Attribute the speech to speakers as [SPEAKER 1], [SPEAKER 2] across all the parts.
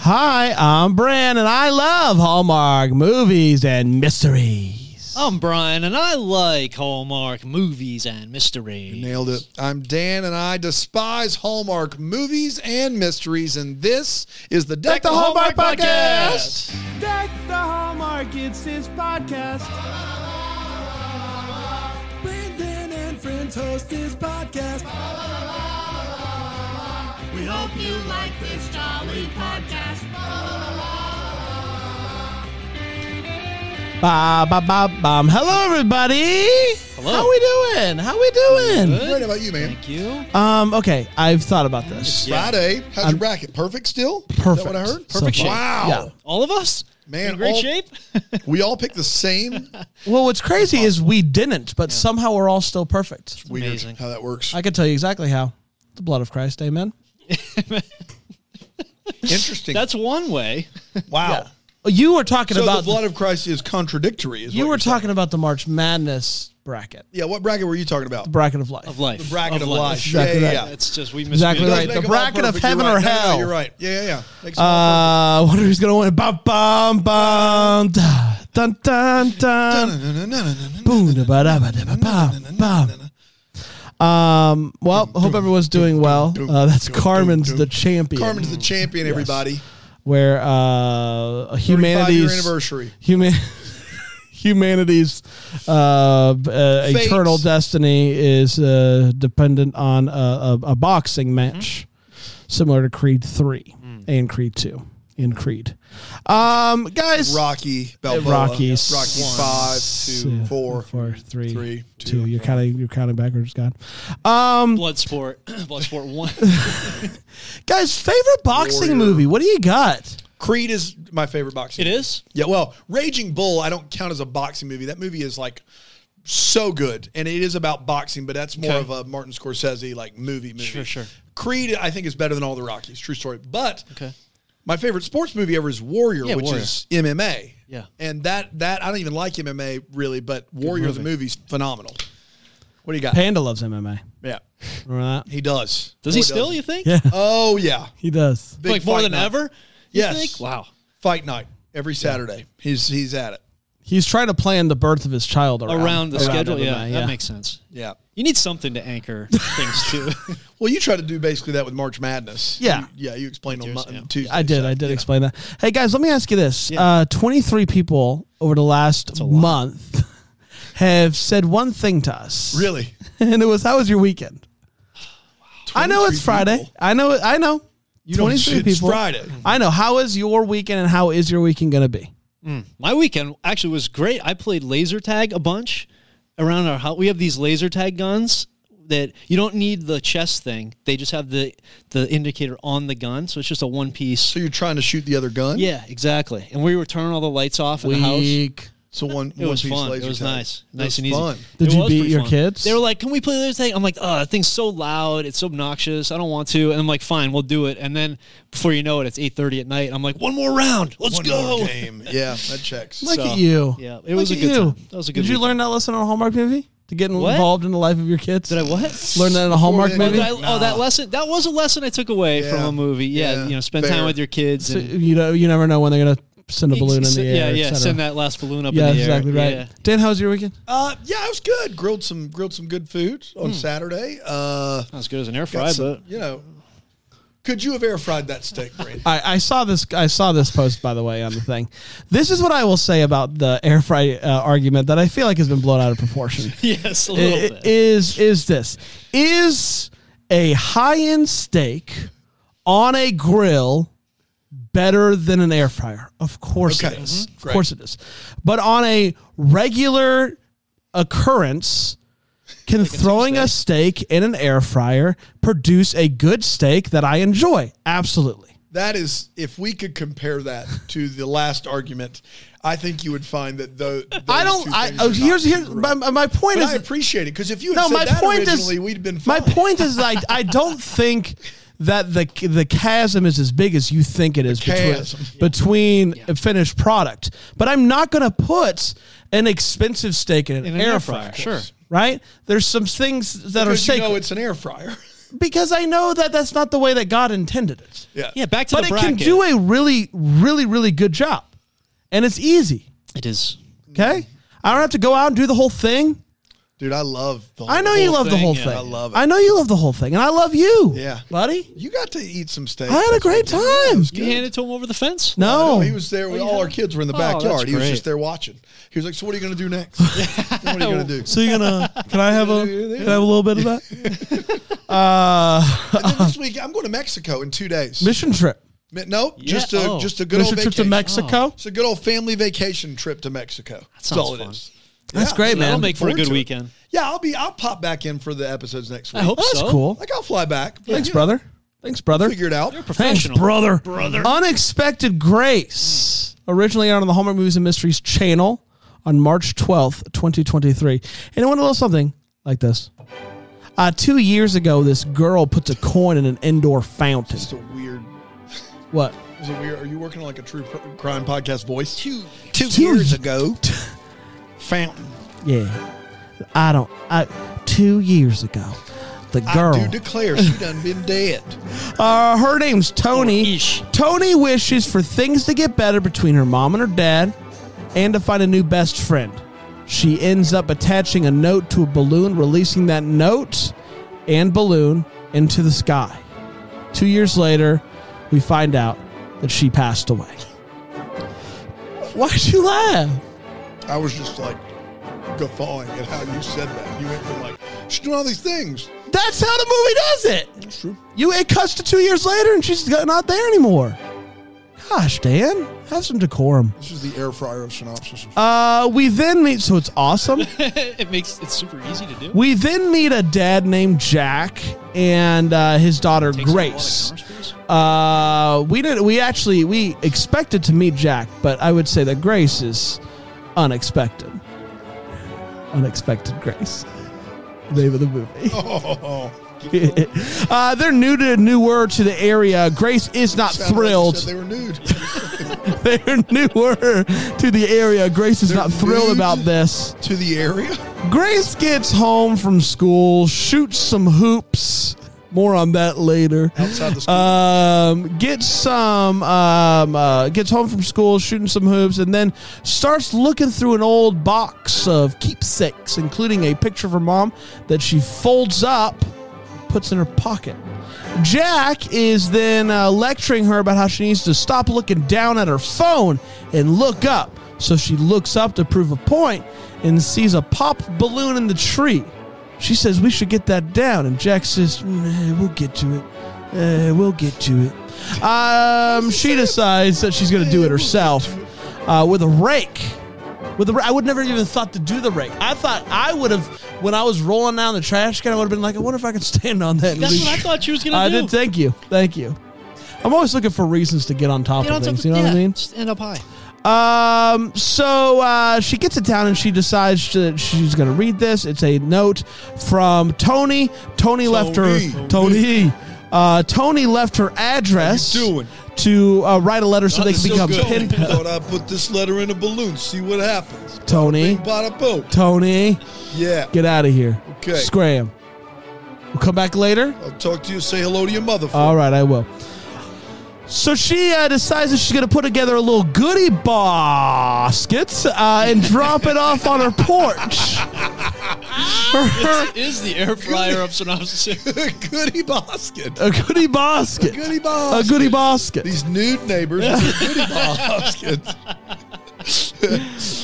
[SPEAKER 1] Hi, I'm Bran, and I love Hallmark movies and mysteries.
[SPEAKER 2] I'm Brian, and I like Hallmark movies and mysteries.
[SPEAKER 3] Nailed it. I'm Dan, and I despise Hallmark movies and mysteries, and this is the Deck, the Hallmark, podcast.
[SPEAKER 1] Deck the Hallmark, it's his podcast. Brandon and friends host his podcast.
[SPEAKER 4] We hope you like this jolly podcast.
[SPEAKER 1] Ba ba ba bum. Hello, everybody.
[SPEAKER 2] Hello.
[SPEAKER 1] How we doing? How we doing?
[SPEAKER 3] Right about you, man.
[SPEAKER 2] Thank you.
[SPEAKER 1] Um. Okay, I've thought about this.
[SPEAKER 3] Friday. How's your bracket? Perfect still? Is that
[SPEAKER 1] Perfect.
[SPEAKER 3] what I heard?
[SPEAKER 1] So Perfect far. shape.
[SPEAKER 3] Wow.
[SPEAKER 1] Yeah.
[SPEAKER 2] All of us?
[SPEAKER 3] Man,
[SPEAKER 2] In great
[SPEAKER 3] all-
[SPEAKER 2] shape?
[SPEAKER 3] We all picked the same.
[SPEAKER 1] Well, what's crazy is we didn't, but somehow we're all still perfect.
[SPEAKER 3] Weird
[SPEAKER 2] Amazing.
[SPEAKER 3] how that works.
[SPEAKER 1] I can tell you exactly how. The blood of Christ. Amen.
[SPEAKER 3] Interesting.
[SPEAKER 2] That's one way.
[SPEAKER 3] wow.
[SPEAKER 1] Oh, You were talking
[SPEAKER 3] So
[SPEAKER 1] about
[SPEAKER 3] the blood of Christ is contradictory. Is
[SPEAKER 1] you
[SPEAKER 3] what
[SPEAKER 1] were
[SPEAKER 3] you're saying.
[SPEAKER 1] talking about the March Madness bracket,
[SPEAKER 3] Yeah. What bracket were you talking about?
[SPEAKER 1] bracket of life.
[SPEAKER 2] Of life.
[SPEAKER 3] The bracket of life.
[SPEAKER 1] Exactly
[SPEAKER 3] yeah, yeah,
[SPEAKER 1] right.
[SPEAKER 3] yeah.
[SPEAKER 2] That's just, we missed
[SPEAKER 1] Exactly
[SPEAKER 3] Does
[SPEAKER 1] right.
[SPEAKER 3] make
[SPEAKER 1] the
[SPEAKER 3] them all
[SPEAKER 1] bracket of
[SPEAKER 3] perfect. You're
[SPEAKER 1] heaven
[SPEAKER 3] right.
[SPEAKER 1] or
[SPEAKER 3] No, no, no,
[SPEAKER 1] hell.
[SPEAKER 3] you're right. Yeah, yeah, yeah. Makes them all
[SPEAKER 1] Uh, wonder who's gonna win? Bum bum bum da. dun dun
[SPEAKER 3] perfect.
[SPEAKER 1] dun.
[SPEAKER 3] Na-na-na-na-na-na-na.
[SPEAKER 1] Boom da ba da ba da ba bum bum. Um. Well, hope everyone's doing well. Uh, that's Carmen's the champion.
[SPEAKER 3] Carmen's
[SPEAKER 2] Mm.
[SPEAKER 3] the champion, everybody.
[SPEAKER 1] where uh,
[SPEAKER 3] Five-year
[SPEAKER 1] humanity's
[SPEAKER 3] anniversary.
[SPEAKER 1] human humanity's uh, b- uh,
[SPEAKER 3] Fate.
[SPEAKER 1] eternal destiny is uh, dependent on a, a, a
[SPEAKER 3] Mm-hmm.
[SPEAKER 1] boxing match similar to Creed 3
[SPEAKER 3] Mm.
[SPEAKER 1] and Creed 2 and Creed. Um, guys,
[SPEAKER 3] Rocky Balboa.
[SPEAKER 1] Rocky
[SPEAKER 3] Rocky
[SPEAKER 1] s-
[SPEAKER 3] five, two,
[SPEAKER 1] s-
[SPEAKER 3] four.
[SPEAKER 1] four, three,
[SPEAKER 3] three,
[SPEAKER 1] two.
[SPEAKER 3] two,
[SPEAKER 1] You're kind of you're counting backwards, God. Um,
[SPEAKER 2] Bloodsport. Bloodsport 1.
[SPEAKER 1] guys, favorite boxing
[SPEAKER 3] Warrior.
[SPEAKER 1] movie? What do you got?
[SPEAKER 3] Creed is my favorite boxing.
[SPEAKER 2] it is?
[SPEAKER 3] Yeah, well, Raging Bull, I don't count as a boxing movie. That movie is like so good, and it is about boxing, but that's more
[SPEAKER 2] Okay.
[SPEAKER 3] of a Martin Scorsese like movie movie.
[SPEAKER 2] Sure, sure.
[SPEAKER 3] Creed, I think, is better than all the Rockies. True story. But
[SPEAKER 2] Okay.
[SPEAKER 3] my favorite sports movie ever is Warrior,
[SPEAKER 2] Yeah,
[SPEAKER 3] which
[SPEAKER 2] Warrior.
[SPEAKER 3] is MMA.
[SPEAKER 2] Yeah.
[SPEAKER 3] and that that I don't even like MMA really, but Warrior the movie's phenomenal. What do you got?
[SPEAKER 1] Panda loves MMA.
[SPEAKER 3] yeah,
[SPEAKER 1] Remember that?
[SPEAKER 3] he does.
[SPEAKER 2] Does he
[SPEAKER 3] Boy,
[SPEAKER 2] still,
[SPEAKER 3] does
[SPEAKER 2] you think?
[SPEAKER 1] Yeah,
[SPEAKER 3] Oh yeah,
[SPEAKER 1] he does.
[SPEAKER 3] Big
[SPEAKER 2] like more
[SPEAKER 3] fight
[SPEAKER 2] than
[SPEAKER 3] night.
[SPEAKER 2] ever? You
[SPEAKER 3] Yes.
[SPEAKER 2] think? Wow.
[SPEAKER 3] Fight night every Saturday. He's he's at it.
[SPEAKER 1] He's trying to plan the birth of his child around,
[SPEAKER 2] Around, the schedule?
[SPEAKER 1] MMA,
[SPEAKER 2] Yeah, that makes sense.
[SPEAKER 3] Yeah.
[SPEAKER 2] You need something to anchor things to.
[SPEAKER 3] Well, you try to do basically that with March Madness.
[SPEAKER 1] Yeah.
[SPEAKER 3] You- yeah. You explained on
[SPEAKER 2] Tuesday,
[SPEAKER 3] Mon-
[SPEAKER 2] yeah.
[SPEAKER 3] Tuesday.
[SPEAKER 1] I did.
[SPEAKER 3] so,
[SPEAKER 1] I did
[SPEAKER 3] yeah.
[SPEAKER 1] explain that. Hey guys, let me ask you this:
[SPEAKER 2] Yeah.
[SPEAKER 1] uh, twenty-three people over the last
[SPEAKER 2] lot.
[SPEAKER 1] month have said one thing to us,
[SPEAKER 3] Really?
[SPEAKER 1] and it was, "How was your weekend?" I know it's
[SPEAKER 3] 23
[SPEAKER 1] Friday.
[SPEAKER 3] people.
[SPEAKER 1] I know. I know.
[SPEAKER 3] don't-
[SPEAKER 1] Twenty-three
[SPEAKER 3] it's
[SPEAKER 1] people.
[SPEAKER 3] Friday.
[SPEAKER 1] I know. How is your weekend, and how is your weekend going to be?
[SPEAKER 2] My weekend actually was great. I played laser tag a bunch around our house. We have these laser tag guns that you don't need the chess thing. They just have the the indicator on the gun, so it's just a one piece.
[SPEAKER 3] So you're trying to shoot the other gun?
[SPEAKER 2] Yeah, exactly. And we were turning all the lights off in the house.
[SPEAKER 3] So one.
[SPEAKER 2] It was
[SPEAKER 3] one piece
[SPEAKER 2] fun. It
[SPEAKER 3] laser
[SPEAKER 2] was
[SPEAKER 3] tag.
[SPEAKER 2] nice,
[SPEAKER 3] It
[SPEAKER 2] nice
[SPEAKER 3] was
[SPEAKER 2] and easy.
[SPEAKER 3] Fun.
[SPEAKER 1] Did
[SPEAKER 2] It
[SPEAKER 1] you
[SPEAKER 2] was
[SPEAKER 1] beat
[SPEAKER 2] pretty
[SPEAKER 1] your
[SPEAKER 2] fun.
[SPEAKER 1] kids?
[SPEAKER 2] They were like, "Can we play laser tag?" I'm like, "Oh, that thing's so loud. It's obnoxious. I don't want to." And I'm like, "Fine, we'll do it." And then before you know it, it's 8:30 at night. I'm like, "One more round. Let's
[SPEAKER 3] One
[SPEAKER 2] go."
[SPEAKER 3] more game. Yeah, that checks.
[SPEAKER 1] Look
[SPEAKER 2] So,
[SPEAKER 1] at you.
[SPEAKER 2] yeah, it
[SPEAKER 1] Look
[SPEAKER 2] was a
[SPEAKER 1] at
[SPEAKER 2] good
[SPEAKER 1] you.
[SPEAKER 2] time. That was a good
[SPEAKER 1] Did you
[SPEAKER 2] weekend.
[SPEAKER 1] learn that lesson on a Hallmark movie? To get
[SPEAKER 2] What?
[SPEAKER 1] involved in the life of your kids?
[SPEAKER 2] Did I what?
[SPEAKER 1] learn that in a Hallmark
[SPEAKER 3] Before they-
[SPEAKER 2] Oh,
[SPEAKER 1] movie?
[SPEAKER 2] did I-
[SPEAKER 3] Nah.
[SPEAKER 2] oh, that lesson. That was a lesson I took away
[SPEAKER 3] Yeah.
[SPEAKER 2] from a movie. Yeah,
[SPEAKER 3] Yeah.
[SPEAKER 2] you know, spend
[SPEAKER 3] Fair.
[SPEAKER 2] time with your kids.
[SPEAKER 1] So
[SPEAKER 2] and
[SPEAKER 1] you know, you never know when they're gonna send a balloon in the air.
[SPEAKER 2] Yeah, yeah.
[SPEAKER 1] et cetera.
[SPEAKER 2] Send that last balloon up
[SPEAKER 1] Yeah,
[SPEAKER 2] in the
[SPEAKER 1] exactly
[SPEAKER 2] air.
[SPEAKER 1] right. Dan, how was your weekend?
[SPEAKER 3] Uh, yeah, it was good. Grilled some grilled some good food on Saturday. Uh,
[SPEAKER 2] Not as good as an air
[SPEAKER 3] got
[SPEAKER 2] fry,
[SPEAKER 3] some-
[SPEAKER 2] Hmm. but
[SPEAKER 3] you know, could you have air fried that steak, Brandon?
[SPEAKER 1] I, I saw this. I saw this post by the way on the thing. This is what I will say about the air fry uh, argument that I feel like has been blown out of proportion.
[SPEAKER 2] yes, a
[SPEAKER 1] I-
[SPEAKER 2] little bit.
[SPEAKER 1] is is this is a high end steak on a grill better than an air fryer? Of course
[SPEAKER 3] Okay. Mm-hmm.
[SPEAKER 1] it is. Of
[SPEAKER 3] Great.
[SPEAKER 1] course it is. But on a regular occurrence, can throwing a steak in an air fryer produce a good steak that I enjoy? Absolutely.
[SPEAKER 3] That is, if we could compare that to the last argument, I think you would find that though.
[SPEAKER 1] I don't. I, oh, here's here's my, my point
[SPEAKER 3] But
[SPEAKER 1] is
[SPEAKER 3] I appreciate it because if you had
[SPEAKER 1] no.
[SPEAKER 3] said
[SPEAKER 1] My
[SPEAKER 3] that
[SPEAKER 1] point is
[SPEAKER 3] originally, we'd been
[SPEAKER 1] my
[SPEAKER 3] fine.
[SPEAKER 1] point is I I don't think that the the chasm is as big as you think it is
[SPEAKER 3] chasm.
[SPEAKER 1] between between a finished product. But I'm not going to put an expensive steak in an,
[SPEAKER 2] in an
[SPEAKER 1] air,
[SPEAKER 2] air
[SPEAKER 1] fryer.
[SPEAKER 2] fryer, sure.
[SPEAKER 1] Right? There's some things that are
[SPEAKER 3] Because you
[SPEAKER 1] sacred.
[SPEAKER 3] know it's an air fryer.
[SPEAKER 1] because I know that that's not the way that God intended it.
[SPEAKER 3] Yeah.
[SPEAKER 2] Yeah, back to
[SPEAKER 1] But
[SPEAKER 2] the
[SPEAKER 1] it
[SPEAKER 2] bracket.
[SPEAKER 1] can do a really, really, really good job, and it's easy.
[SPEAKER 2] It is.
[SPEAKER 1] Okay,
[SPEAKER 3] Mm-hmm.
[SPEAKER 1] I don't have to go out and do the whole thing.
[SPEAKER 3] Dude, I love the
[SPEAKER 1] I know
[SPEAKER 3] whole-
[SPEAKER 1] you love the
[SPEAKER 2] thing,
[SPEAKER 1] whole
[SPEAKER 2] yeah.
[SPEAKER 1] thing.
[SPEAKER 3] I love it.
[SPEAKER 1] I know you love the whole thing, and I love you.
[SPEAKER 3] Yeah.
[SPEAKER 1] buddy.
[SPEAKER 3] You got to eat some steak.
[SPEAKER 1] I had a
[SPEAKER 3] That's
[SPEAKER 1] great
[SPEAKER 3] what you
[SPEAKER 1] time.
[SPEAKER 3] did.
[SPEAKER 1] Oh.
[SPEAKER 2] You handed to him over the fence.
[SPEAKER 1] No,
[SPEAKER 3] No, he was there. with all our kids were in the
[SPEAKER 2] Oh, that's
[SPEAKER 3] backyard. He was
[SPEAKER 2] great.
[SPEAKER 3] just there watching. He was like, "So what are you going to do next? what are you going to do?"
[SPEAKER 1] So you're gonna? Can I have a? Can I have a little bit of that? Uh,
[SPEAKER 3] And then this week, I'm going to Mexico in two days.
[SPEAKER 1] mission trip.
[SPEAKER 3] Mi- nope, just a
[SPEAKER 2] oh.
[SPEAKER 3] just a good
[SPEAKER 1] Mission
[SPEAKER 3] old
[SPEAKER 1] trip to
[SPEAKER 3] vacation. Oh.
[SPEAKER 1] Mexico.
[SPEAKER 3] It's a good old family vacation trip to Mexico. That's
[SPEAKER 2] sounds
[SPEAKER 3] all it
[SPEAKER 2] fun.
[SPEAKER 3] is.
[SPEAKER 1] That's great, man.
[SPEAKER 2] That'll make for a
[SPEAKER 3] Forward
[SPEAKER 2] good
[SPEAKER 3] to it.
[SPEAKER 2] weekend.
[SPEAKER 3] Yeah, I'll be. I'll pop back in for the episodes next week.
[SPEAKER 2] I hope
[SPEAKER 1] Oh, that's
[SPEAKER 2] so.
[SPEAKER 1] cool.
[SPEAKER 3] Like I'll fly back. but,
[SPEAKER 1] Thanks,
[SPEAKER 3] you know,
[SPEAKER 1] brother. Thanks, brother.
[SPEAKER 3] Figure it out.
[SPEAKER 1] Thanks,
[SPEAKER 2] Professional.
[SPEAKER 1] brother. Brother. Unexpected Grace. Originally out on the Hallmark Movies and Mysteries channel on March 12th, 2023. And I want to little something like this. Uh, two years ago, this girl puts a coin in an indoor fountain.
[SPEAKER 3] It's a weird.
[SPEAKER 1] What?
[SPEAKER 3] It's a weird. Are you working on like a true pr- crime podcast voice? Two
[SPEAKER 1] two-
[SPEAKER 3] years ago, fountain.
[SPEAKER 1] Yeah. I don't. I. Two years ago, the girl.
[SPEAKER 3] I do declare she done been dead.
[SPEAKER 1] Uh, her name's Tony.
[SPEAKER 2] Or Ish.
[SPEAKER 1] Tony wishes for things to get better between her mom and her dad and to find a new best friend. She ends up attaching a note to a balloon, releasing that note and balloon into the sky. Two years later, we find out that she passed away. Why'd you laugh?
[SPEAKER 3] I was just like guffawing at how you said that. You went from like she's doing all these things.
[SPEAKER 1] That's how the movie does it.
[SPEAKER 3] It's true.
[SPEAKER 1] You it cuts to two years later and she's not there anymore. Gosh, Dan, have some decorum.
[SPEAKER 3] This is the air fryer of synopsis.
[SPEAKER 1] Uh, we then meet, so it's awesome.
[SPEAKER 2] it makes it's super easy to do.
[SPEAKER 1] we then meet a dad named Jack and uh, his daughter
[SPEAKER 2] Takes up a lot of
[SPEAKER 1] Grace.
[SPEAKER 2] counter space.
[SPEAKER 1] Uh, we did. We actually we expected to meet Jack, but I would say that Grace is unexpected. Unexpected Grace, name of the movie.
[SPEAKER 3] oh,
[SPEAKER 1] uh, they're new to newer to the area. Grace is not
[SPEAKER 3] sounded like you
[SPEAKER 1] thrilled.
[SPEAKER 3] said they were nude.
[SPEAKER 1] they're newer to the area. Grace is
[SPEAKER 3] They're
[SPEAKER 1] not thrilled
[SPEAKER 3] nude?
[SPEAKER 1] about this.
[SPEAKER 3] to the area.
[SPEAKER 1] Grace gets home from school, shoots some hoops. More on that later.
[SPEAKER 3] Outside the school.
[SPEAKER 1] Um, gets some. Um, uh, gets home from school, shooting some hoops, and then starts looking through an old box of keepsakes, including a picture of her mom that she folds up, puts in her pocket. Jack is then uh, lecturing her about how she needs to stop looking down at her phone and look up. So she looks up to prove a point and sees a popped balloon in the tree. She says we should get that down, and Jack says, "Nah, "We'll get to it. Uh, we'll get to it." Um, she decides that she's going to do it herself uh, with a rake. With the, ra- I would never even thought to do the rake. I thought I would have when I was rolling down the trash can. I would have been like, I wonder if I could stand on that. and
[SPEAKER 2] That's what
[SPEAKER 1] leave."
[SPEAKER 2] I thought she was gonna
[SPEAKER 1] I
[SPEAKER 2] do.
[SPEAKER 1] did. Thank you. Thank you. I'm always looking for reasons to get on top
[SPEAKER 2] You don't
[SPEAKER 1] of
[SPEAKER 2] have
[SPEAKER 1] things.
[SPEAKER 2] to-
[SPEAKER 1] you know
[SPEAKER 2] yeah,
[SPEAKER 1] what
[SPEAKER 2] Just end up high.
[SPEAKER 1] I mean? Um. So uh, she gets it down and she decides that she's going to read this. It's a note from Tony. Tony, left her.
[SPEAKER 3] Tony.
[SPEAKER 1] Tony. Uh, Tony left her address
[SPEAKER 3] doing?
[SPEAKER 1] to uh, write a letter so they can
[SPEAKER 3] So
[SPEAKER 1] become
[SPEAKER 3] good.
[SPEAKER 1] pen pals.
[SPEAKER 3] Thought I put this letter in a balloon. See what happens.
[SPEAKER 1] Tony.
[SPEAKER 3] Bada boom.
[SPEAKER 1] Tony.
[SPEAKER 3] Yeah.
[SPEAKER 1] Get out of here.
[SPEAKER 3] Okay.
[SPEAKER 1] Scram. We'll come back later.
[SPEAKER 3] I'll talk to you. Say hello to your mother.
[SPEAKER 1] All right, I will. So she uh, decides that she's going to put together a little goodie basket uh, and drop it off on her porch. Her-
[SPEAKER 2] Is the air fryer of synopsis?
[SPEAKER 1] Uh,
[SPEAKER 3] goody basket.
[SPEAKER 1] a goodie basket.
[SPEAKER 3] Goody
[SPEAKER 1] A
[SPEAKER 3] basket.
[SPEAKER 1] goodie basket.
[SPEAKER 3] These nude neighbors. with their goody baskets.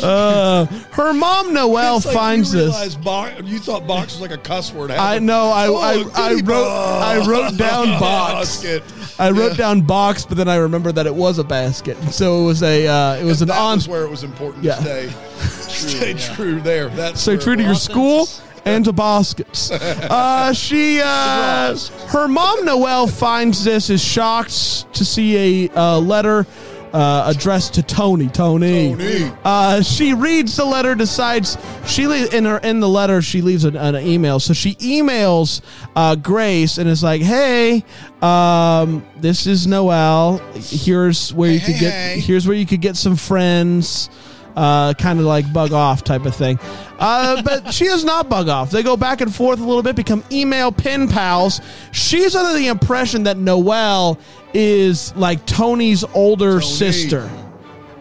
[SPEAKER 1] Uh, her mom, Noelle,
[SPEAKER 3] It's like
[SPEAKER 1] finds
[SPEAKER 3] you
[SPEAKER 1] this.
[SPEAKER 3] realize Box, you thought box was like a cuss word.
[SPEAKER 1] I know. I,
[SPEAKER 3] Oh,
[SPEAKER 1] I, I
[SPEAKER 3] goody
[SPEAKER 1] wrote I wrote down box.
[SPEAKER 3] basket.
[SPEAKER 1] I wrote down box, but then I remembered that it was a basket, so it was a uh, it was an
[SPEAKER 3] that
[SPEAKER 1] on
[SPEAKER 3] was where it was important
[SPEAKER 1] Yeah.
[SPEAKER 3] to stay, stay true there. That's
[SPEAKER 1] So
[SPEAKER 3] where it
[SPEAKER 1] true to your
[SPEAKER 3] was.
[SPEAKER 1] school and to baskets. Uh, she, uh, her mom Noelle finds this is shocked to see a uh, letter uh, addressed to Tony. Tony.
[SPEAKER 3] Tony.
[SPEAKER 1] Uh, she reads the letter, decides she le- in her in the letter she leaves an, an email. So she emails uh, Grace and is like, "Hey, um, this is Noelle. Here's where you
[SPEAKER 3] Hey,
[SPEAKER 1] could
[SPEAKER 3] hey,
[SPEAKER 1] get
[SPEAKER 3] hey."
[SPEAKER 1] here's where you could get some friends. uh, kind of like bug off type of thing. Uh, but she is not bug off. They go back and forth a little bit, become email pen pals. She's under the impression that Noelle is like Tony's older
[SPEAKER 5] Tony.
[SPEAKER 1] sister.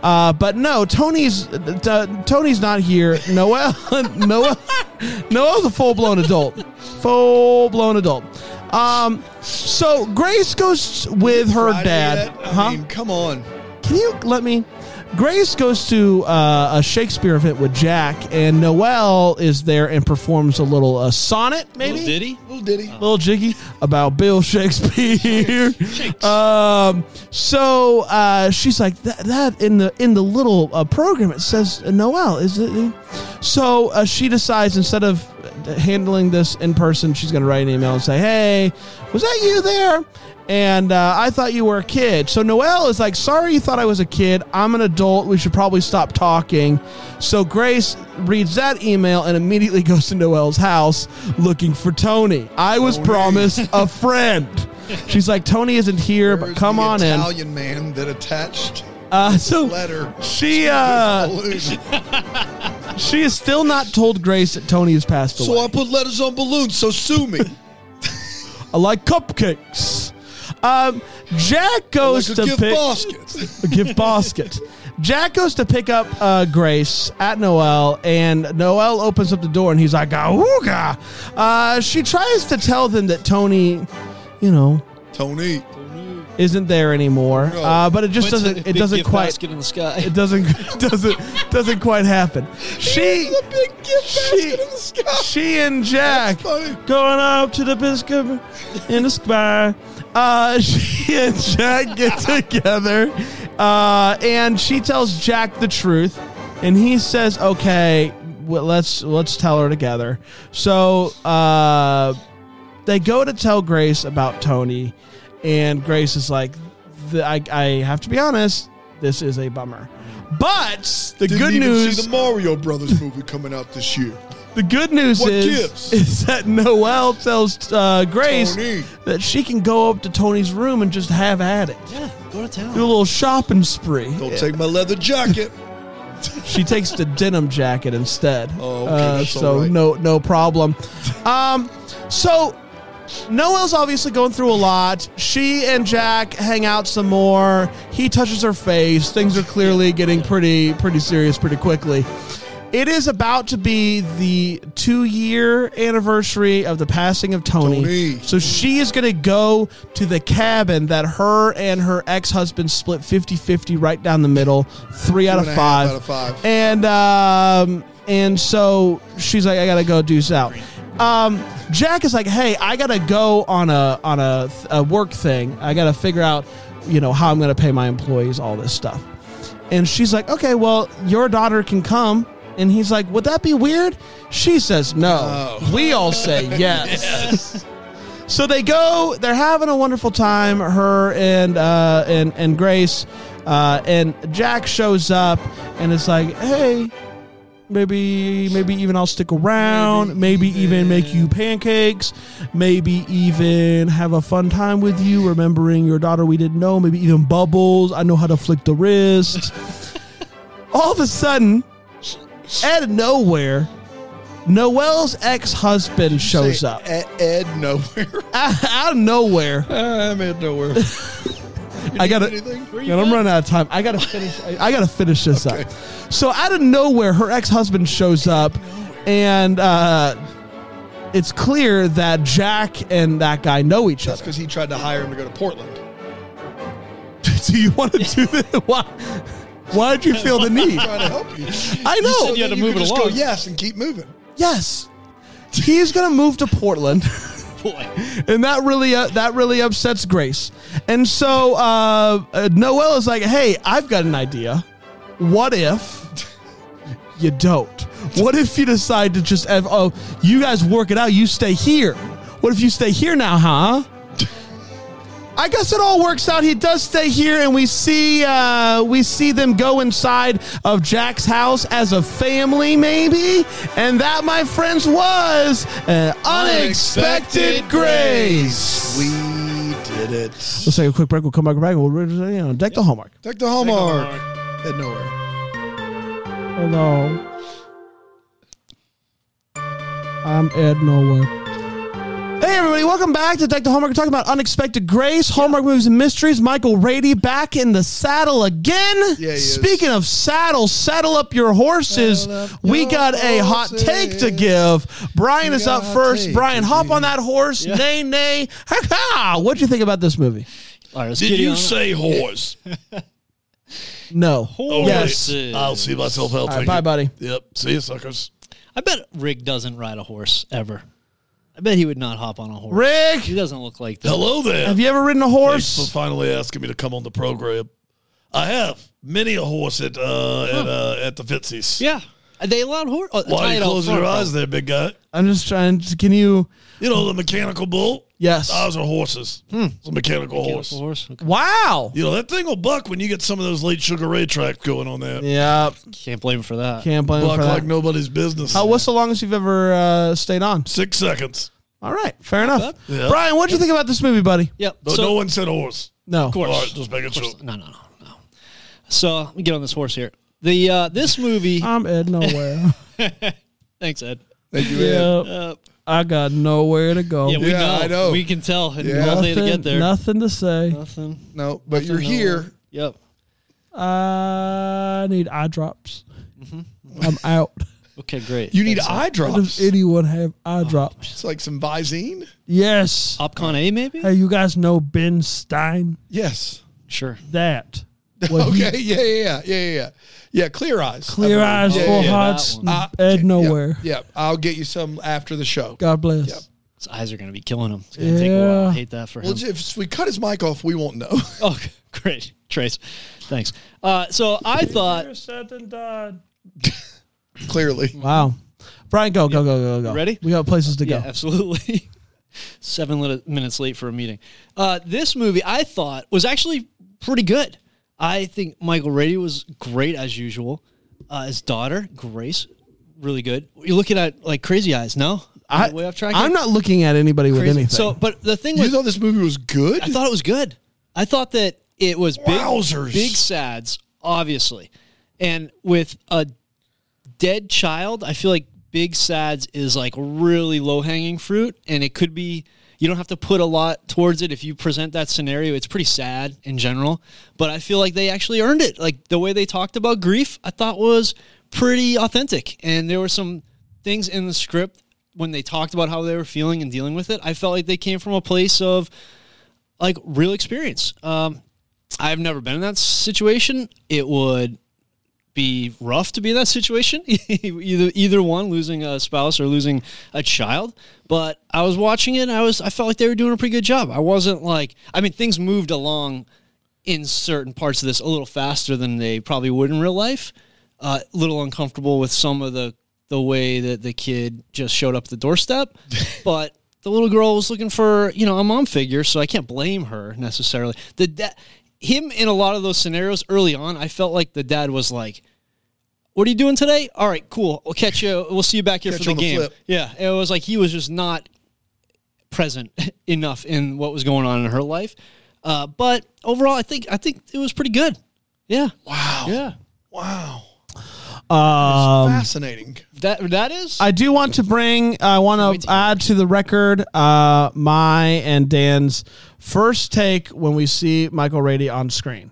[SPEAKER 1] Uh, but no, Tony's uh, t- Tony's not here. Noel, Noel, Noel's a full blown adult, full blown adult. Um, so Grace goes with her
[SPEAKER 5] Friday
[SPEAKER 1] dad.
[SPEAKER 5] yet? I mean, come on.
[SPEAKER 1] Can you let me? Grace goes to uh, a Shakespeare event with Jack, and Noel is there and performs a little uh, sonnet, maybe
[SPEAKER 2] Little Diddy.
[SPEAKER 5] Little Diddy.
[SPEAKER 1] little jiggy about Bill Shakespeare. um, so uh, she's like that, that in the in the little uh, program it says uh, Noel is it? So uh, she decides instead of uh, handling this in person, she's going to write an email and say, "Hey, was that you there?" And uh, I thought you were a kid. So Noel is like, "Sorry, you thought I was a kid. I'm an adult. We should probably stop talking." So Grace reads that email and immediately goes to Noel's house looking for Tony. I was
[SPEAKER 5] Tony.
[SPEAKER 1] promised a friend. She's like, Tony isn't here, but
[SPEAKER 5] Where's
[SPEAKER 1] come
[SPEAKER 5] the
[SPEAKER 1] on in.
[SPEAKER 5] Italian man that attached
[SPEAKER 1] Uh, so
[SPEAKER 5] letter.
[SPEAKER 1] she uh,
[SPEAKER 5] Balloon.
[SPEAKER 1] she is still not told Grace that Tony has passed away.
[SPEAKER 5] so I put letters on balloons. So sue me.
[SPEAKER 1] I like cupcakes. Um, Jack
[SPEAKER 5] like
[SPEAKER 1] goes
[SPEAKER 5] a
[SPEAKER 1] to
[SPEAKER 5] gift
[SPEAKER 1] pick
[SPEAKER 5] basket.
[SPEAKER 1] a gift basket. Jack goes to pick up uh, Grace at Noel, and Noel opens up the door, and he's like, "Ooga!" Uh, she tries to tell them that Tony, you know,
[SPEAKER 5] Tony.
[SPEAKER 1] isn't there anymore,
[SPEAKER 5] No.
[SPEAKER 1] uh, but it just
[SPEAKER 2] Went to
[SPEAKER 1] doesn't.
[SPEAKER 2] the
[SPEAKER 1] It
[SPEAKER 2] big
[SPEAKER 1] doesn't
[SPEAKER 2] gift
[SPEAKER 1] quite.
[SPEAKER 2] basket in the sky.
[SPEAKER 1] It doesn't doesn't doesn't quite happen. She
[SPEAKER 5] The big gift
[SPEAKER 1] she,
[SPEAKER 5] basket in the sky.
[SPEAKER 1] she and Jack
[SPEAKER 5] That's funny.
[SPEAKER 1] going up to the biscuit in the sky. Uh, she and Jack get together, uh, and she tells Jack the truth, and he says, "Okay, well, let's let's tell her together." So uh, they go to tell Grace about Tony, and Grace is like, "Th- I, "I have to be honest, this is a bummer." But the
[SPEAKER 5] Didn't
[SPEAKER 1] good
[SPEAKER 5] even
[SPEAKER 1] news
[SPEAKER 5] See the Mario Brothers movie coming out this year.
[SPEAKER 1] the good news
[SPEAKER 5] What
[SPEAKER 1] is,
[SPEAKER 5] gives?
[SPEAKER 1] is that Noelle tells uh, Grace
[SPEAKER 5] Tony.
[SPEAKER 1] that she can go up to Tony's room and just have at it.
[SPEAKER 2] yeah, go to town.
[SPEAKER 1] Do a little shopping spree.
[SPEAKER 5] Don't take my leather jacket.
[SPEAKER 1] She takes the denim jacket instead.
[SPEAKER 5] Oh, okay,
[SPEAKER 1] Uh,
[SPEAKER 5] that's all
[SPEAKER 1] so
[SPEAKER 5] right.
[SPEAKER 1] no no problem. Um, so Noelle's obviously going through a lot. She and Jack hang out some more. He touches her face. Things are clearly getting pretty pretty serious pretty quickly. It is about to be the two year anniversary of the passing of Tony.
[SPEAKER 5] Tony.
[SPEAKER 1] So she is going to go to the cabin that her and her ex husband split 50 50 right down the middle, three out of
[SPEAKER 5] Two and a half
[SPEAKER 1] five.
[SPEAKER 5] out of five.
[SPEAKER 1] And, um, and so she's like, I got to go deuce out. Um, Jack is like, hey, I got to go on a, on a, th- a work thing. I got to figure out, you know, how I'm going to pay my employees, all this stuff. And she's like, okay, well, your daughter can come. And he's like, would that be weird? She says, no. We all say yes. So they go. They're having a wonderful time. Her and uh, and and Grace, uh, and Jack shows up and it's like, hey, maybe maybe even I'll stick around. Maybe, even make you pancakes. Maybe even have a fun time with you, remembering your daughter we didn't know. Maybe even bubbles. I know how to flick the wrist. All of a sudden, out of nowhere, Noel's ex-husband shows
[SPEAKER 5] Say,
[SPEAKER 1] up
[SPEAKER 5] Ed, Ed nowhere.
[SPEAKER 1] out of nowhere.
[SPEAKER 5] I'm Ed nowhere.
[SPEAKER 1] I gotta.
[SPEAKER 5] anything? Where you
[SPEAKER 1] Man, I'm running out of time. I gotta finish. I, I gotta finish this up. So out of nowhere, her ex husband shows up, and uh, it's clear that Jack and that guy know each
[SPEAKER 5] That's
[SPEAKER 1] other.
[SPEAKER 5] because he tried to hire him to go to Portland.
[SPEAKER 1] do you want to do this? Why? Why did you feel the need?
[SPEAKER 5] Trying to help you.
[SPEAKER 1] I know.
[SPEAKER 2] you had to
[SPEAKER 5] Then
[SPEAKER 2] move
[SPEAKER 5] could
[SPEAKER 2] it
[SPEAKER 5] just Go
[SPEAKER 2] along.
[SPEAKER 5] yes, and keep moving.
[SPEAKER 1] Yes, he's gonna move to Portland.
[SPEAKER 2] boy.
[SPEAKER 1] and that really uh, that really upsets Grace. And so uh, uh, Noelle is like, "Hey, I've got an idea. What if you don't? What if you decide to just have, oh, you guys work it out. You stay here. What if you stay here now, huh?" I guess it all works out. He does stay here, and we see uh, we see them go inside of Jack's house as a family, maybe. And that, my friends, was an unexpected, grace.
[SPEAKER 5] We did it.
[SPEAKER 1] Let's take a quick break. We'll come back back. We'll you know, deck the hallmark.
[SPEAKER 5] Deck the Hallmark. Ed nowhere.
[SPEAKER 1] Hello. I'm Ed Norwood. Hey everybody, welcome back to Deck the Hallmark. We're talking about Unexpected Grace, Hallmark Movies and Mysteries. Michael Rady back in the saddle again.
[SPEAKER 5] Yeah, he is.
[SPEAKER 1] Speaking of saddles, saddle up your horses.
[SPEAKER 5] Saddle up
[SPEAKER 1] we
[SPEAKER 5] your
[SPEAKER 1] got a hot take to
[SPEAKER 5] horses.
[SPEAKER 1] give. Brian is
[SPEAKER 5] got
[SPEAKER 1] up
[SPEAKER 5] a hot
[SPEAKER 1] first.
[SPEAKER 5] take
[SPEAKER 1] Brian,
[SPEAKER 5] to
[SPEAKER 1] hop on that horse. Nay, nay. Ha ha. What'd you think about this movie?
[SPEAKER 2] All right, let's
[SPEAKER 6] Did
[SPEAKER 2] get
[SPEAKER 6] you
[SPEAKER 2] on.
[SPEAKER 6] say horse?
[SPEAKER 1] No.
[SPEAKER 6] Okay.
[SPEAKER 1] Yes.
[SPEAKER 6] I'll see myself out.
[SPEAKER 1] All right, bye, buddy.
[SPEAKER 6] Yep. See you, suckers.
[SPEAKER 2] I bet Rick doesn't ride a horse ever. I bet he would not hop on a horse. He
[SPEAKER 1] Rick,
[SPEAKER 2] doesn't look like that.
[SPEAKER 6] Hello there.
[SPEAKER 1] have you ever ridden a
[SPEAKER 6] Thanks for
[SPEAKER 1] horse?
[SPEAKER 6] finally asking me to come on the program. I have many a horse at uh, at, uh, at the Fitzies.
[SPEAKER 2] Yeah. Are they allowed horse? Oh,
[SPEAKER 6] Why
[SPEAKER 2] tie
[SPEAKER 6] are you
[SPEAKER 2] it out
[SPEAKER 6] closing
[SPEAKER 2] front,
[SPEAKER 6] your
[SPEAKER 2] though.
[SPEAKER 6] eyes there, big guy?
[SPEAKER 1] I'm just trying to. Can you?
[SPEAKER 6] You know the mechanical bull.
[SPEAKER 1] Yes.
[SPEAKER 2] Oh,
[SPEAKER 1] Hmm.
[SPEAKER 6] Ours are horses. It's a mechanical,
[SPEAKER 2] Get
[SPEAKER 6] horse.
[SPEAKER 2] off a horse. Okay.
[SPEAKER 1] Wow.
[SPEAKER 6] You know that thing will buck when you get some of those late Sugar Ray tracks going on there.
[SPEAKER 1] Yep.
[SPEAKER 2] Can't blame him for that.
[SPEAKER 1] Can't blame him
[SPEAKER 6] Buck
[SPEAKER 1] for
[SPEAKER 6] like
[SPEAKER 1] that.
[SPEAKER 6] nobody's business.
[SPEAKER 1] How, what's the longest you've ever uh, stayed on?
[SPEAKER 6] Six seconds.
[SPEAKER 1] All right, fair enough.
[SPEAKER 6] bad. Yeah.
[SPEAKER 1] Brian, what'd you think about this movie, buddy?
[SPEAKER 2] Yep.
[SPEAKER 6] No,
[SPEAKER 2] so,
[SPEAKER 6] no one said horse.
[SPEAKER 1] No.
[SPEAKER 6] All right, just making sure.
[SPEAKER 2] No, no, no, no. So let me get on this horse here. The uh, this movie.
[SPEAKER 1] I'm Ed Nowhere.
[SPEAKER 2] thanks, Ed.
[SPEAKER 5] Thank you, Ed.
[SPEAKER 1] yep.
[SPEAKER 2] Uh,
[SPEAKER 1] I got nowhere to go.
[SPEAKER 2] yeah, we
[SPEAKER 5] Yeah,
[SPEAKER 2] know.
[SPEAKER 5] I know.
[SPEAKER 2] We can tell. And
[SPEAKER 5] Yeah.
[SPEAKER 2] all day to get there.
[SPEAKER 1] nothing to say.
[SPEAKER 2] Nothing.
[SPEAKER 5] No, but you're
[SPEAKER 2] No.
[SPEAKER 5] here.
[SPEAKER 2] Yep.
[SPEAKER 1] I need eye drops.
[SPEAKER 2] Mm-hmm.
[SPEAKER 1] I'm out.
[SPEAKER 2] Okay, great.
[SPEAKER 5] You need
[SPEAKER 2] Thanks, Ed.
[SPEAKER 5] eye drops.
[SPEAKER 1] Does anyone have
[SPEAKER 2] Oh,
[SPEAKER 1] eye drops?
[SPEAKER 5] It's like some Visine.
[SPEAKER 1] Yes.
[SPEAKER 2] Opcon A maybe?
[SPEAKER 1] Hey, you guys know Ben Stein?
[SPEAKER 5] Yes.
[SPEAKER 2] Sure.
[SPEAKER 1] That. What he-
[SPEAKER 5] okay. Yeah, yeah, yeah, yeah, yeah. Yeah. Clear eyes.
[SPEAKER 1] Clear eyes,
[SPEAKER 5] Yeah,
[SPEAKER 1] for
[SPEAKER 5] yeah,
[SPEAKER 1] hearts,
[SPEAKER 2] that one.
[SPEAKER 5] Uh,
[SPEAKER 1] Ed
[SPEAKER 5] okay,
[SPEAKER 1] Nowhere.
[SPEAKER 5] Yeah, yeah. I'll get you some after the show.
[SPEAKER 1] God bless.
[SPEAKER 5] Yep.
[SPEAKER 2] His eyes are gonna be killing him. It's gonna take a while.
[SPEAKER 1] Yeah.
[SPEAKER 2] I hate that for
[SPEAKER 5] Well,
[SPEAKER 2] him.
[SPEAKER 5] if we cut his mic off, we won't know.
[SPEAKER 2] Oh, great, Trace. Thanks. Uh, so I thought.
[SPEAKER 5] Clearly.
[SPEAKER 1] Wow. Brian, go, go, go, go, go.
[SPEAKER 2] Ready?
[SPEAKER 1] We got places to
[SPEAKER 2] Yeah,
[SPEAKER 1] go.
[SPEAKER 2] absolutely. Seven lit- minutes late for a meeting. Uh, this movie, I thought, was actually pretty good. I think Michael Rady was great as usual. Uh, his daughter, Grace, really good. You're looking at like crazy eyes, no? Am
[SPEAKER 1] I,
[SPEAKER 2] way off track.
[SPEAKER 1] am
[SPEAKER 2] here?
[SPEAKER 1] not looking at anybody with
[SPEAKER 2] Crazy-
[SPEAKER 1] anything.
[SPEAKER 2] So, but the thing
[SPEAKER 5] You
[SPEAKER 2] was,
[SPEAKER 5] thought this movie was good?
[SPEAKER 2] I thought it was good. I thought that it was big,
[SPEAKER 6] Wowzers.
[SPEAKER 2] big sads, obviously, and with a dead child, I feel like big sads is like really low hanging fruit, and it could be. You don't have to put a lot towards it if you present that scenario. It's pretty sad in general, but I feel like they actually earned it. Like the way they talked about grief, I thought was pretty authentic, and there were some things in the script when they talked about how they were feeling and dealing with it. I felt like they came from a place of like real experience. Um, I've never been in that situation. It would be rough to be in that situation, either either one, losing a spouse or losing a child. But I was watching it, and I was I felt like they were doing a pretty good job. I wasn't like I mean things moved along in certain parts of this a little faster than they probably would in real life. Uh, A little uncomfortable with some of the the way that the kid just showed up at the doorstep, but the little girl was looking for you know a mom figure, so I can't blame her necessarily. The dad, him in a lot of those scenarios early on, I felt like the dad was like. What are you doing today? All right, cool. We'll catch you. We'll see you back here
[SPEAKER 5] Catch
[SPEAKER 2] for
[SPEAKER 5] you
[SPEAKER 2] the
[SPEAKER 5] on the
[SPEAKER 2] game.
[SPEAKER 5] flip.
[SPEAKER 2] Yeah, it was like he was just not present enough in what was going on in her life. Uh, but overall, I think I think it was pretty good. Yeah.
[SPEAKER 5] wow.
[SPEAKER 2] Yeah.
[SPEAKER 5] Wow.
[SPEAKER 1] um,
[SPEAKER 5] Fascinating.
[SPEAKER 2] That that is.
[SPEAKER 1] I do want to bring, I want
[SPEAKER 2] Wait
[SPEAKER 1] to
[SPEAKER 2] till-
[SPEAKER 1] add to the record uh, my and Dan's first take when we see Michael Rady on screen.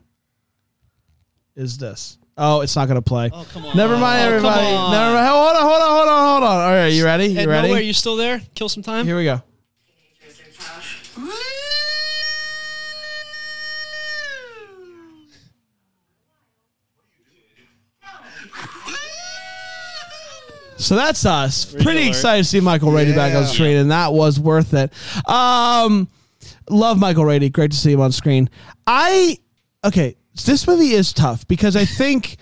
[SPEAKER 1] Is this? Oh, it's not going to play.
[SPEAKER 2] Oh, come on.
[SPEAKER 1] Never mind,
[SPEAKER 2] Oh, come
[SPEAKER 1] everybody.
[SPEAKER 2] on.
[SPEAKER 1] Never mind. Hold on, hold on, hold on, hold on. All right, you ready? You
[SPEAKER 2] Ed,
[SPEAKER 1] ready?
[SPEAKER 2] Nowhere, you still there? Kill some time.
[SPEAKER 1] Here we go. So that's us. Pretty
[SPEAKER 2] alert.
[SPEAKER 1] excited to see Michael Rady back on
[SPEAKER 5] Yeah.
[SPEAKER 1] screen, and that was worth it. Um, love Michael Rady. Great to see him on screen. I okay. This movie is tough because I think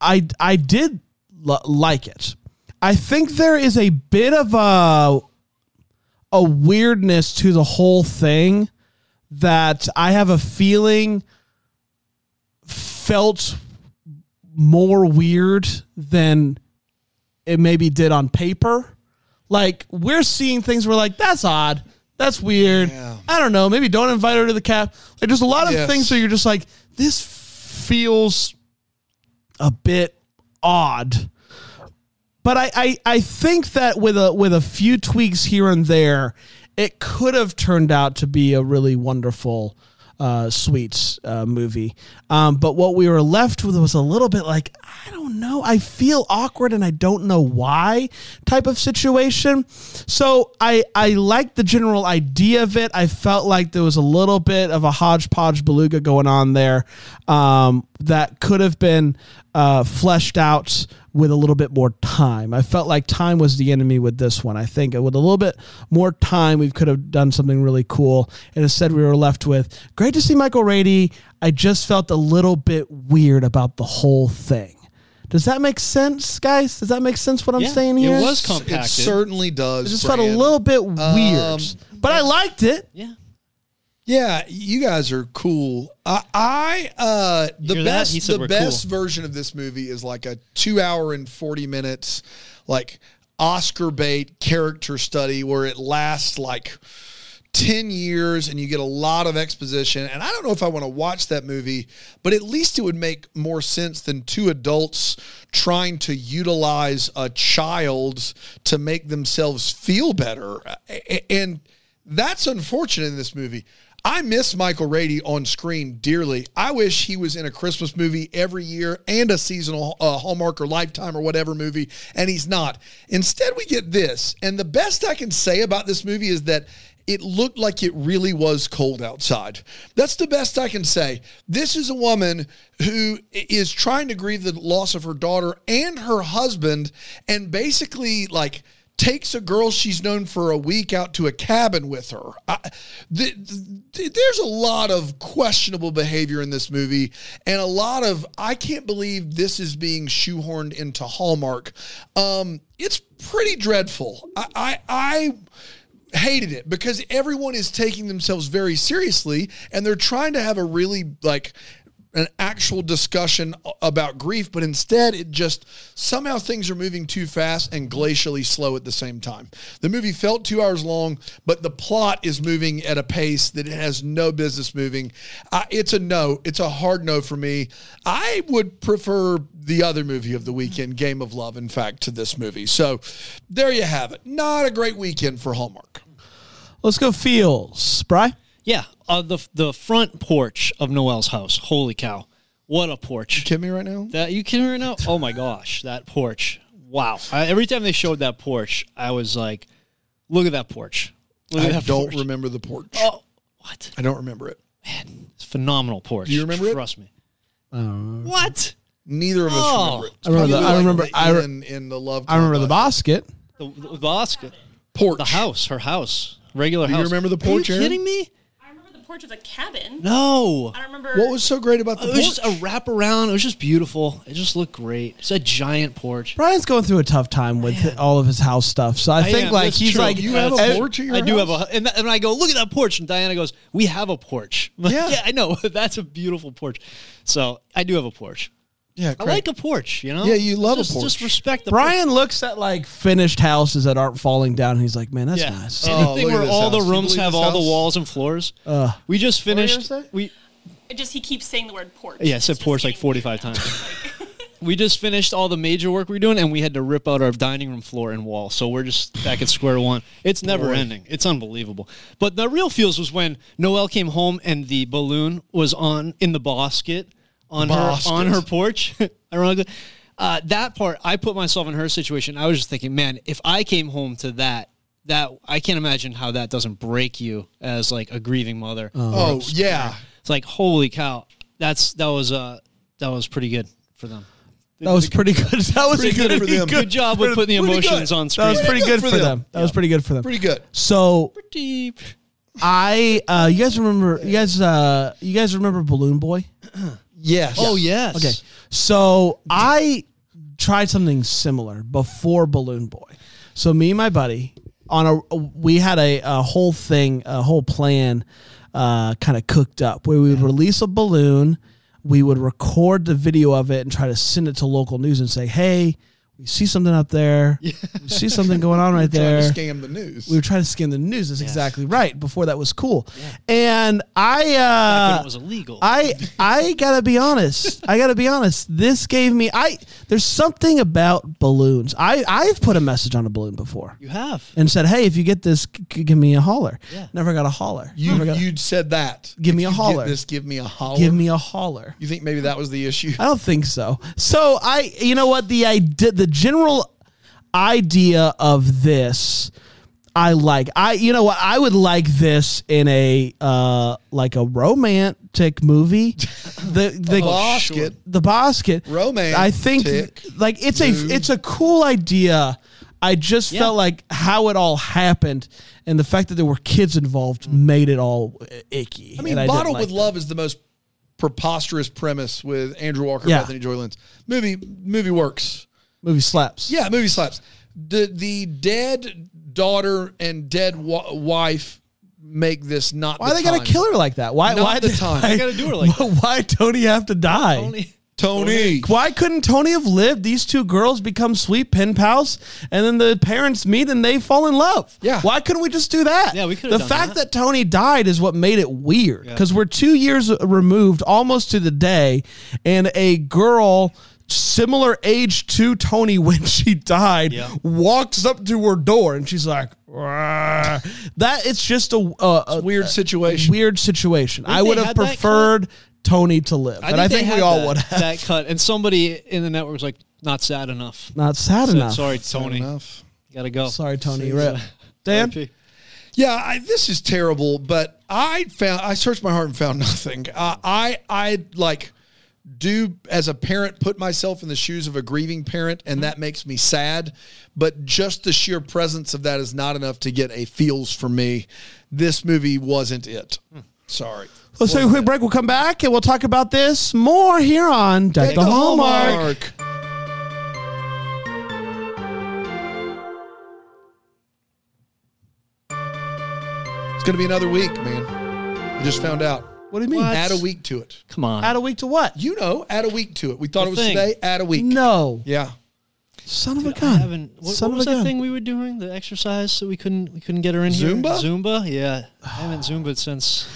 [SPEAKER 1] I I did l- like it. I think there is a bit of a a weirdness to the whole thing that I have a feeling felt more weird than it maybe did on paper. Like we're seeing things we're like, that's odd. That's weird.
[SPEAKER 5] Yeah.
[SPEAKER 1] I don't know. Maybe don't invite her to the cap. Like there's a lot of
[SPEAKER 5] Yes.
[SPEAKER 1] things where you're just like, this feels a bit odd. But I, I, I think that with a with a few tweaks here and there, it could have turned out to be a really wonderful uh, sweets uh, movie. Um, but what we were left with was a little bit like I don't know. I feel awkward and I don't know why type of situation. So I I liked the general idea of it. I felt like there was a little bit of a hodgepodge beluga going on there um, that could have been uh, fleshed out with a little bit more time. I felt like time was the enemy with this one. I think with a little bit more time, we could have done something really cool. And instead, we were left with great to see Michael Rady. I just felt a little bit weird about the whole thing. Does that make sense, guys? Does that make sense what I'm
[SPEAKER 2] Yeah,
[SPEAKER 1] saying
[SPEAKER 2] it
[SPEAKER 1] here?
[SPEAKER 2] was com-
[SPEAKER 5] It
[SPEAKER 2] Compacted.
[SPEAKER 5] certainly does.
[SPEAKER 1] I just
[SPEAKER 5] Fran.
[SPEAKER 1] felt a little bit weird,
[SPEAKER 2] Um,
[SPEAKER 1] but I liked it.
[SPEAKER 2] Yeah.
[SPEAKER 5] Yeah, you guys are cool. I, I uh, the
[SPEAKER 2] hear that?
[SPEAKER 5] best
[SPEAKER 2] He said
[SPEAKER 5] the
[SPEAKER 2] we're
[SPEAKER 5] best version of this movie is like a two hour and forty minutes, like Oscar bait character study where it lasts like ten years and you get a lot of exposition. And I don't know if I want to watch that movie, but at least it would make more sense than two adults trying to utilize a child to make themselves feel better. A- a- And that's unfortunate in this movie. I miss Michael Rady on screen dearly. I wish he was in a Christmas movie every year and a seasonal uh, Hallmark or Lifetime or whatever movie, and he's not. Instead, we get this. And the best I can say about this movie is that it looked like it really was cold outside. That's the best I can say. This is a woman who is trying to grieve the loss of her daughter and her husband, and basically, like, takes a girl she's known for a week out to a cabin with her. I, th- th- there's a lot of questionable behavior in this movie, and a lot of I can't believe this is being shoehorned into Hallmark. Um, it's pretty dreadful. I, I, I hated it because everyone is taking themselves very seriously and they're trying to have a really like an actual discussion a- about grief but instead it just somehow things are moving too fast and glacially slow at the same time the movie felt two hours long but the plot is moving at a pace that it has no business moving I, it's a no it's a hard no for me i would prefer the other movie of the weekend game of love in fact to this movie so there you have it not a great weekend for hallmark
[SPEAKER 1] Let's go feels, Bry.
[SPEAKER 2] Yeah. Uh, the the front porch of Noel's house. Holy cow! What a porch!
[SPEAKER 5] Kidding me right now
[SPEAKER 2] That you can right now. Oh my gosh, that porch! Wow. I, every time they showed that porch, I was like, "Look at that porch! Look at
[SPEAKER 5] I
[SPEAKER 2] that
[SPEAKER 5] don't
[SPEAKER 2] porch.
[SPEAKER 5] remember the porch.
[SPEAKER 2] Oh, what?
[SPEAKER 5] I don't remember it.
[SPEAKER 2] It's a phenomenal porch.
[SPEAKER 5] you remember it? Uh,
[SPEAKER 2] Trust me. what?
[SPEAKER 5] Neither of us
[SPEAKER 2] Oh.
[SPEAKER 5] remember it. It's
[SPEAKER 1] I remember
[SPEAKER 5] probably
[SPEAKER 1] the- I remember-
[SPEAKER 5] the
[SPEAKER 1] I re-
[SPEAKER 5] Ian in the love.
[SPEAKER 1] I remember the basket.
[SPEAKER 2] The, the, the Oscar,
[SPEAKER 5] porch.
[SPEAKER 2] the house, her house, regular
[SPEAKER 5] you
[SPEAKER 2] house.
[SPEAKER 5] remember the
[SPEAKER 2] Are you
[SPEAKER 5] porch, Aaron?
[SPEAKER 2] kidding me?
[SPEAKER 4] I remember the porch of the cabin.
[SPEAKER 2] No.
[SPEAKER 4] I don't remember.
[SPEAKER 5] What was so great about the
[SPEAKER 2] It
[SPEAKER 5] porch?
[SPEAKER 2] was just a wraparound. It was just beautiful. It just looked great. It's a giant porch.
[SPEAKER 1] Brian's going through a tough time with all of his house stuff, so I, think
[SPEAKER 2] am.
[SPEAKER 1] like
[SPEAKER 2] That's
[SPEAKER 1] he's
[SPEAKER 2] true.
[SPEAKER 1] like
[SPEAKER 5] you have a
[SPEAKER 2] That's-
[SPEAKER 5] porch at your
[SPEAKER 2] I do
[SPEAKER 5] house?
[SPEAKER 2] have a, and, th- and I go look at that porch, and Diana goes, "We have a porch." I'm like,
[SPEAKER 5] Yeah.
[SPEAKER 2] yeah. I know that's a beautiful porch. So I do have a porch.
[SPEAKER 5] yeah.
[SPEAKER 2] I
[SPEAKER 5] Craig.
[SPEAKER 2] like a porch, you know.
[SPEAKER 5] Yeah, you love a
[SPEAKER 2] Just-
[SPEAKER 5] porch.
[SPEAKER 2] Just respect the porch.
[SPEAKER 1] Brian looks at like finished houses that aren't falling down, and he's like, "Man, that's
[SPEAKER 2] Yeah, Uh,
[SPEAKER 1] nice."
[SPEAKER 5] Oh,
[SPEAKER 2] anything
[SPEAKER 5] look at
[SPEAKER 2] where
[SPEAKER 5] this
[SPEAKER 2] all
[SPEAKER 5] house.
[SPEAKER 2] the
[SPEAKER 5] You
[SPEAKER 2] rooms
[SPEAKER 5] believe
[SPEAKER 2] have
[SPEAKER 5] this
[SPEAKER 2] all the
[SPEAKER 5] house?
[SPEAKER 2] walls and floors.
[SPEAKER 1] Uh,
[SPEAKER 2] we just finished.
[SPEAKER 1] gonna say?
[SPEAKER 2] We
[SPEAKER 4] It just he keeps saying the word porch.
[SPEAKER 2] yeah, I
[SPEAKER 4] It's
[SPEAKER 2] said
[SPEAKER 4] just
[SPEAKER 2] porch like
[SPEAKER 4] getting
[SPEAKER 2] forty five times. we just finished all the major work we are doing, and we had to rip out our dining room floor and wall. So we're just back at square one. It's never ending. It's unbelievable. But the real feels was when Noelle came home and the balloon was on in the basket on
[SPEAKER 5] Basket.
[SPEAKER 2] her on her porch. Ironically, uh, that part I put myself in her situation. I was just thinking, man, if I came home to that. That I can't imagine how that doesn't break you as like a grieving mother.
[SPEAKER 5] oh yeah.
[SPEAKER 2] It's like holy cow, that's that was uh that was pretty good for them.
[SPEAKER 1] that was pretty good. That was
[SPEAKER 5] Pretty good
[SPEAKER 1] pretty
[SPEAKER 5] for them.
[SPEAKER 2] Good job with putting the
[SPEAKER 5] pretty good.
[SPEAKER 2] emotions on
[SPEAKER 1] That
[SPEAKER 2] screen.
[SPEAKER 1] was pretty good for them. That was pretty good for them.
[SPEAKER 5] Pretty good.
[SPEAKER 1] So
[SPEAKER 2] pretty.
[SPEAKER 1] I, uh, you guys remember? You guys, uh, you guys remember Balloon Boy?
[SPEAKER 5] Yes.
[SPEAKER 2] Oh yes.
[SPEAKER 1] Okay. So I tried something similar before Balloon Boy. So me and my buddy on a we had a, a whole thing, a whole plan uh, kind of cooked up where we would release a balloon, we would record the video of it and try to send it to local news and say, "Hey, We see something up there. We see something going on right
[SPEAKER 5] Trying
[SPEAKER 1] there.
[SPEAKER 5] to scam the news.
[SPEAKER 1] We were trying to scan the news. That's exactly right. Before that was cool. And I uh
[SPEAKER 2] when it was illegal.
[SPEAKER 1] I I gotta be honest. I gotta be honest. This gave me I there's something about balloons. I I've put a message on a balloon before
[SPEAKER 2] you have.
[SPEAKER 1] and said, hey, if you get this, g- g- give me a holler.
[SPEAKER 2] Yeah.
[SPEAKER 1] Never got a holler.
[SPEAKER 5] you
[SPEAKER 1] Never got a-
[SPEAKER 5] you'd said that.
[SPEAKER 1] Give me
[SPEAKER 5] If
[SPEAKER 1] a
[SPEAKER 5] you get
[SPEAKER 1] holler.
[SPEAKER 5] This give me a holler.
[SPEAKER 1] give me a holler.
[SPEAKER 5] You think maybe that was the issue?
[SPEAKER 1] I don't think so. So I, you know what the idea, the general idea of this, I like. I, you know what I would like this in a uh like a romantic movie. The the
[SPEAKER 5] Basket.
[SPEAKER 1] the basket
[SPEAKER 5] Romantic
[SPEAKER 1] I think like it's
[SPEAKER 5] move.
[SPEAKER 1] a it's a cool idea. I just felt like how it all happened and the fact that there were kids involved made it all icky.
[SPEAKER 5] I mean, Bottled with Love is the most preposterous premise with Andrew Walker,
[SPEAKER 1] Yeah.
[SPEAKER 5] Bethany Joy Lenz. Movie movie works.
[SPEAKER 1] movie slaps.
[SPEAKER 5] Yeah, movie slaps. The the dead daughter and dead wa- wife make this not.
[SPEAKER 1] Why
[SPEAKER 5] the
[SPEAKER 1] they gotta
[SPEAKER 5] time.
[SPEAKER 1] kill her like that? Why?
[SPEAKER 5] Not
[SPEAKER 1] why
[SPEAKER 5] the
[SPEAKER 1] did-
[SPEAKER 5] time.
[SPEAKER 1] Why,
[SPEAKER 5] They
[SPEAKER 2] gotta do her like
[SPEAKER 1] why, why Tony have to die?
[SPEAKER 2] Only-
[SPEAKER 5] Tony?
[SPEAKER 1] Why couldn't Tony have lived? These two girls become sweet pen pals, and then the parents meet and they fall in love.
[SPEAKER 5] Yeah.
[SPEAKER 1] Why couldn't we just do that?
[SPEAKER 2] Yeah, we could've
[SPEAKER 1] The
[SPEAKER 2] done
[SPEAKER 1] fact that.
[SPEAKER 2] that.
[SPEAKER 1] Tony died is what made it weird because we're two years removed, almost to the day, and a girl. Similar age to Tony when she died,
[SPEAKER 2] Yeah.
[SPEAKER 1] walks up to her door and she's like, "Rah." "That it's just a, a, a
[SPEAKER 5] Weird situation.
[SPEAKER 1] weird situation. I
[SPEAKER 2] they
[SPEAKER 1] would have
[SPEAKER 2] had that cut?
[SPEAKER 1] preferred Tony to live, and I
[SPEAKER 2] they
[SPEAKER 1] think we
[SPEAKER 2] had
[SPEAKER 1] all
[SPEAKER 2] that-
[SPEAKER 1] would have.
[SPEAKER 2] that cut. And somebody in the network was like, "Not sad enough."
[SPEAKER 1] Not sad
[SPEAKER 2] Said,
[SPEAKER 1] enough.
[SPEAKER 2] Sorry, Tony.
[SPEAKER 5] Enough.
[SPEAKER 2] Gotta go.
[SPEAKER 1] Sorry, Tony. Rip. Dan,
[SPEAKER 2] RIP.
[SPEAKER 5] Yeah, I, this is terrible. But I found I searched my heart and found nothing. Uh, I I like do as a parent put myself in the shoes of a grieving parent, and that makes me sad. But just the sheer presence of that is not enough to get a feels for me. This movie wasn't it.
[SPEAKER 1] Hmm.
[SPEAKER 5] Sorry.
[SPEAKER 1] let's take a quick break. We'll come back and we'll talk about this more here on Deck, the, Hallmark.
[SPEAKER 5] It's going to be another week, man. I just found out.
[SPEAKER 1] What do you mean?
[SPEAKER 5] Add a week to it.
[SPEAKER 2] Come on.
[SPEAKER 1] Add a week to what?
[SPEAKER 5] You know, Oh, add a week to it. We thought
[SPEAKER 2] The
[SPEAKER 5] it was
[SPEAKER 2] thing.
[SPEAKER 5] today. Add a week.
[SPEAKER 1] No,
[SPEAKER 5] Yeah.
[SPEAKER 1] son of a
[SPEAKER 2] I
[SPEAKER 1] gun.
[SPEAKER 2] haven't. What,
[SPEAKER 1] Son of
[SPEAKER 2] what
[SPEAKER 1] a
[SPEAKER 2] was that
[SPEAKER 1] gun.
[SPEAKER 2] thing we were doing? The exercise that we couldn't we couldn't get her in
[SPEAKER 5] Zumba?
[SPEAKER 2] here. Zumba. Yeah. I haven't Zumba'd since.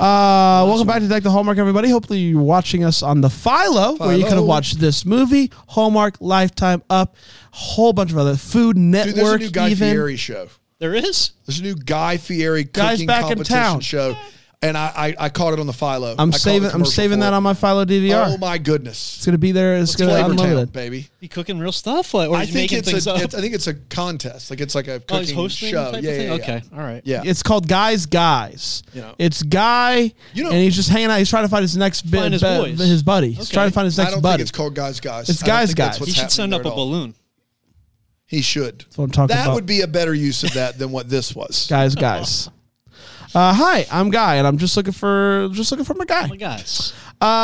[SPEAKER 1] Uh, welcome back to Deck the Hallmark, everybody. Hopefully, you're watching us on the Philo, where you could
[SPEAKER 5] Philo.
[SPEAKER 1] have watched this movie, Hallmark, Lifetime, Up, whole bunch of other Food
[SPEAKER 5] Dude, there's a
[SPEAKER 1] Network,
[SPEAKER 5] new Guy
[SPEAKER 1] even.
[SPEAKER 5] Fieri show.
[SPEAKER 2] There is.
[SPEAKER 5] There's a new Guy Fieri
[SPEAKER 1] Guy's
[SPEAKER 5] cooking
[SPEAKER 1] back in
[SPEAKER 5] competition
[SPEAKER 1] town.
[SPEAKER 5] show. And I, I, I caught it on the Philo. I
[SPEAKER 1] I'm
[SPEAKER 5] caught the
[SPEAKER 1] saving. I'm
[SPEAKER 5] commercial
[SPEAKER 1] saving
[SPEAKER 5] for
[SPEAKER 1] that
[SPEAKER 5] it.
[SPEAKER 1] on my Philo DVR.
[SPEAKER 5] Oh, my goodness.
[SPEAKER 1] It's gonna be there. It's gonna
[SPEAKER 5] Flavor Town,
[SPEAKER 1] unload it.
[SPEAKER 5] baby.
[SPEAKER 2] You cooking real stuff? Like, or
[SPEAKER 5] I
[SPEAKER 2] he's
[SPEAKER 5] think
[SPEAKER 2] making
[SPEAKER 5] it's
[SPEAKER 2] things
[SPEAKER 5] a,
[SPEAKER 2] up?
[SPEAKER 5] it's- I think it's a contest. Like it's like a
[SPEAKER 2] oh,
[SPEAKER 5] cooking
[SPEAKER 2] he's hosting
[SPEAKER 5] show.
[SPEAKER 2] type
[SPEAKER 5] yeah,
[SPEAKER 2] of
[SPEAKER 5] yeah,
[SPEAKER 2] thing.
[SPEAKER 5] yeah.
[SPEAKER 2] Okay. All right.
[SPEAKER 5] Yeah.
[SPEAKER 1] It's called Guys Guys.
[SPEAKER 5] You know.
[SPEAKER 1] It's Guy,
[SPEAKER 5] You know-
[SPEAKER 1] and he's just hanging out. He's trying to find his next bit,
[SPEAKER 2] Find his
[SPEAKER 1] be-
[SPEAKER 2] voice.
[SPEAKER 1] his buddy. He's
[SPEAKER 2] Okay.
[SPEAKER 1] trying to find his
[SPEAKER 5] I
[SPEAKER 1] next
[SPEAKER 5] don't think
[SPEAKER 1] buddy.
[SPEAKER 5] it's called Guys Guys.
[SPEAKER 1] It's
[SPEAKER 5] I don't
[SPEAKER 1] Guys,
[SPEAKER 5] think
[SPEAKER 1] Guys.
[SPEAKER 5] That's what's
[SPEAKER 2] He should send up
[SPEAKER 5] happening
[SPEAKER 2] a
[SPEAKER 5] there at all.
[SPEAKER 2] balloon.
[SPEAKER 5] He should. That's
[SPEAKER 1] what I'm talking
[SPEAKER 5] that
[SPEAKER 1] about.
[SPEAKER 5] would be a better use of that than what this was.
[SPEAKER 1] guys Guys. Uh, hi, I'm Guy, and I'm just looking for just looking for my guy.
[SPEAKER 2] My guys.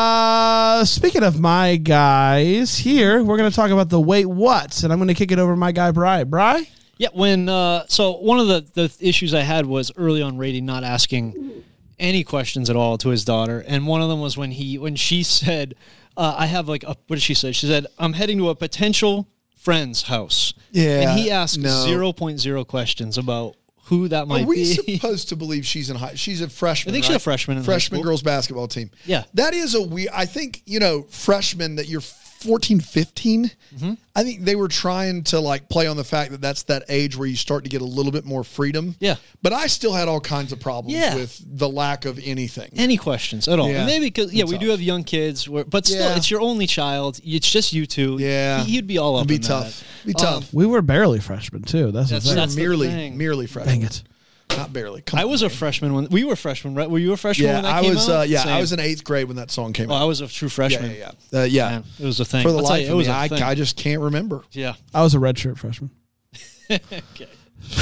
[SPEAKER 1] Uh, speaking of my guys, here we're gonna talk about the wait what's, and I'm gonna kick it over to my guy Bry. Bry,
[SPEAKER 2] Yeah, when uh, so one of the, the issues I had was early on Rady not asking any questions at all to his daughter, and one of them was when he when she said, uh, "I have like a, what did she say?" She said, "I'm heading to a potential friend's house."
[SPEAKER 5] Yeah,
[SPEAKER 2] and he asked
[SPEAKER 5] no.
[SPEAKER 2] zero point zero questions about who that
[SPEAKER 5] Are
[SPEAKER 2] might
[SPEAKER 5] we
[SPEAKER 2] be.
[SPEAKER 5] supposed to believe she's in high? She's a
[SPEAKER 2] I
[SPEAKER 5] freshman.
[SPEAKER 2] think she's
[SPEAKER 5] right?
[SPEAKER 2] a freshman in high
[SPEAKER 5] freshman
[SPEAKER 2] school.
[SPEAKER 5] girls basketball team.
[SPEAKER 2] Yeah.
[SPEAKER 5] that is a we. I think you know freshmen that you're 14, 15.
[SPEAKER 2] Mm-hmm.
[SPEAKER 5] I think they were trying to like play on the fact that that's that age where you start to get a little bit more freedom.
[SPEAKER 2] Yeah.
[SPEAKER 5] but I still had all kinds of problems
[SPEAKER 2] Yeah.
[SPEAKER 5] with the lack of anything.
[SPEAKER 2] any questions at all?
[SPEAKER 5] Yeah.
[SPEAKER 2] And maybe because yeah,
[SPEAKER 5] It's
[SPEAKER 2] we do
[SPEAKER 5] tough.
[SPEAKER 2] have young kids, where, but still,
[SPEAKER 5] Yeah.
[SPEAKER 2] it's your only child. It's just you two.
[SPEAKER 5] Yeah.
[SPEAKER 2] he, would be all up.
[SPEAKER 5] It'd be
[SPEAKER 2] in that.
[SPEAKER 5] tough. Be
[SPEAKER 2] Um,
[SPEAKER 5] tough.
[SPEAKER 1] we were barely freshmen too. That's,
[SPEAKER 2] That's
[SPEAKER 1] the thing.
[SPEAKER 2] not-
[SPEAKER 5] They're
[SPEAKER 2] the
[SPEAKER 5] merely,
[SPEAKER 2] thing.
[SPEAKER 5] merely freshman.
[SPEAKER 1] Dang it.
[SPEAKER 5] Not barely. Come
[SPEAKER 2] I
[SPEAKER 5] on,
[SPEAKER 2] was a
[SPEAKER 5] man.
[SPEAKER 2] freshman when we were freshmen, right? Were you a freshman
[SPEAKER 5] Yeah,
[SPEAKER 2] when that
[SPEAKER 5] I
[SPEAKER 2] came
[SPEAKER 5] was.
[SPEAKER 2] out?
[SPEAKER 5] Uh, yeah, I
[SPEAKER 2] Same.
[SPEAKER 5] was in eighth grade when that song came
[SPEAKER 2] Well,
[SPEAKER 5] out.
[SPEAKER 2] I was a true
[SPEAKER 5] Yeah,
[SPEAKER 2] freshman.
[SPEAKER 5] yeah, yeah. Uh, yeah.
[SPEAKER 2] Man, it was a thing.
[SPEAKER 5] For the
[SPEAKER 2] I'll tell
[SPEAKER 5] life
[SPEAKER 2] you,
[SPEAKER 5] of me,
[SPEAKER 2] a
[SPEAKER 5] I,
[SPEAKER 2] thing.
[SPEAKER 5] I just can't remember.
[SPEAKER 2] yeah.
[SPEAKER 1] I was a redshirt freshman.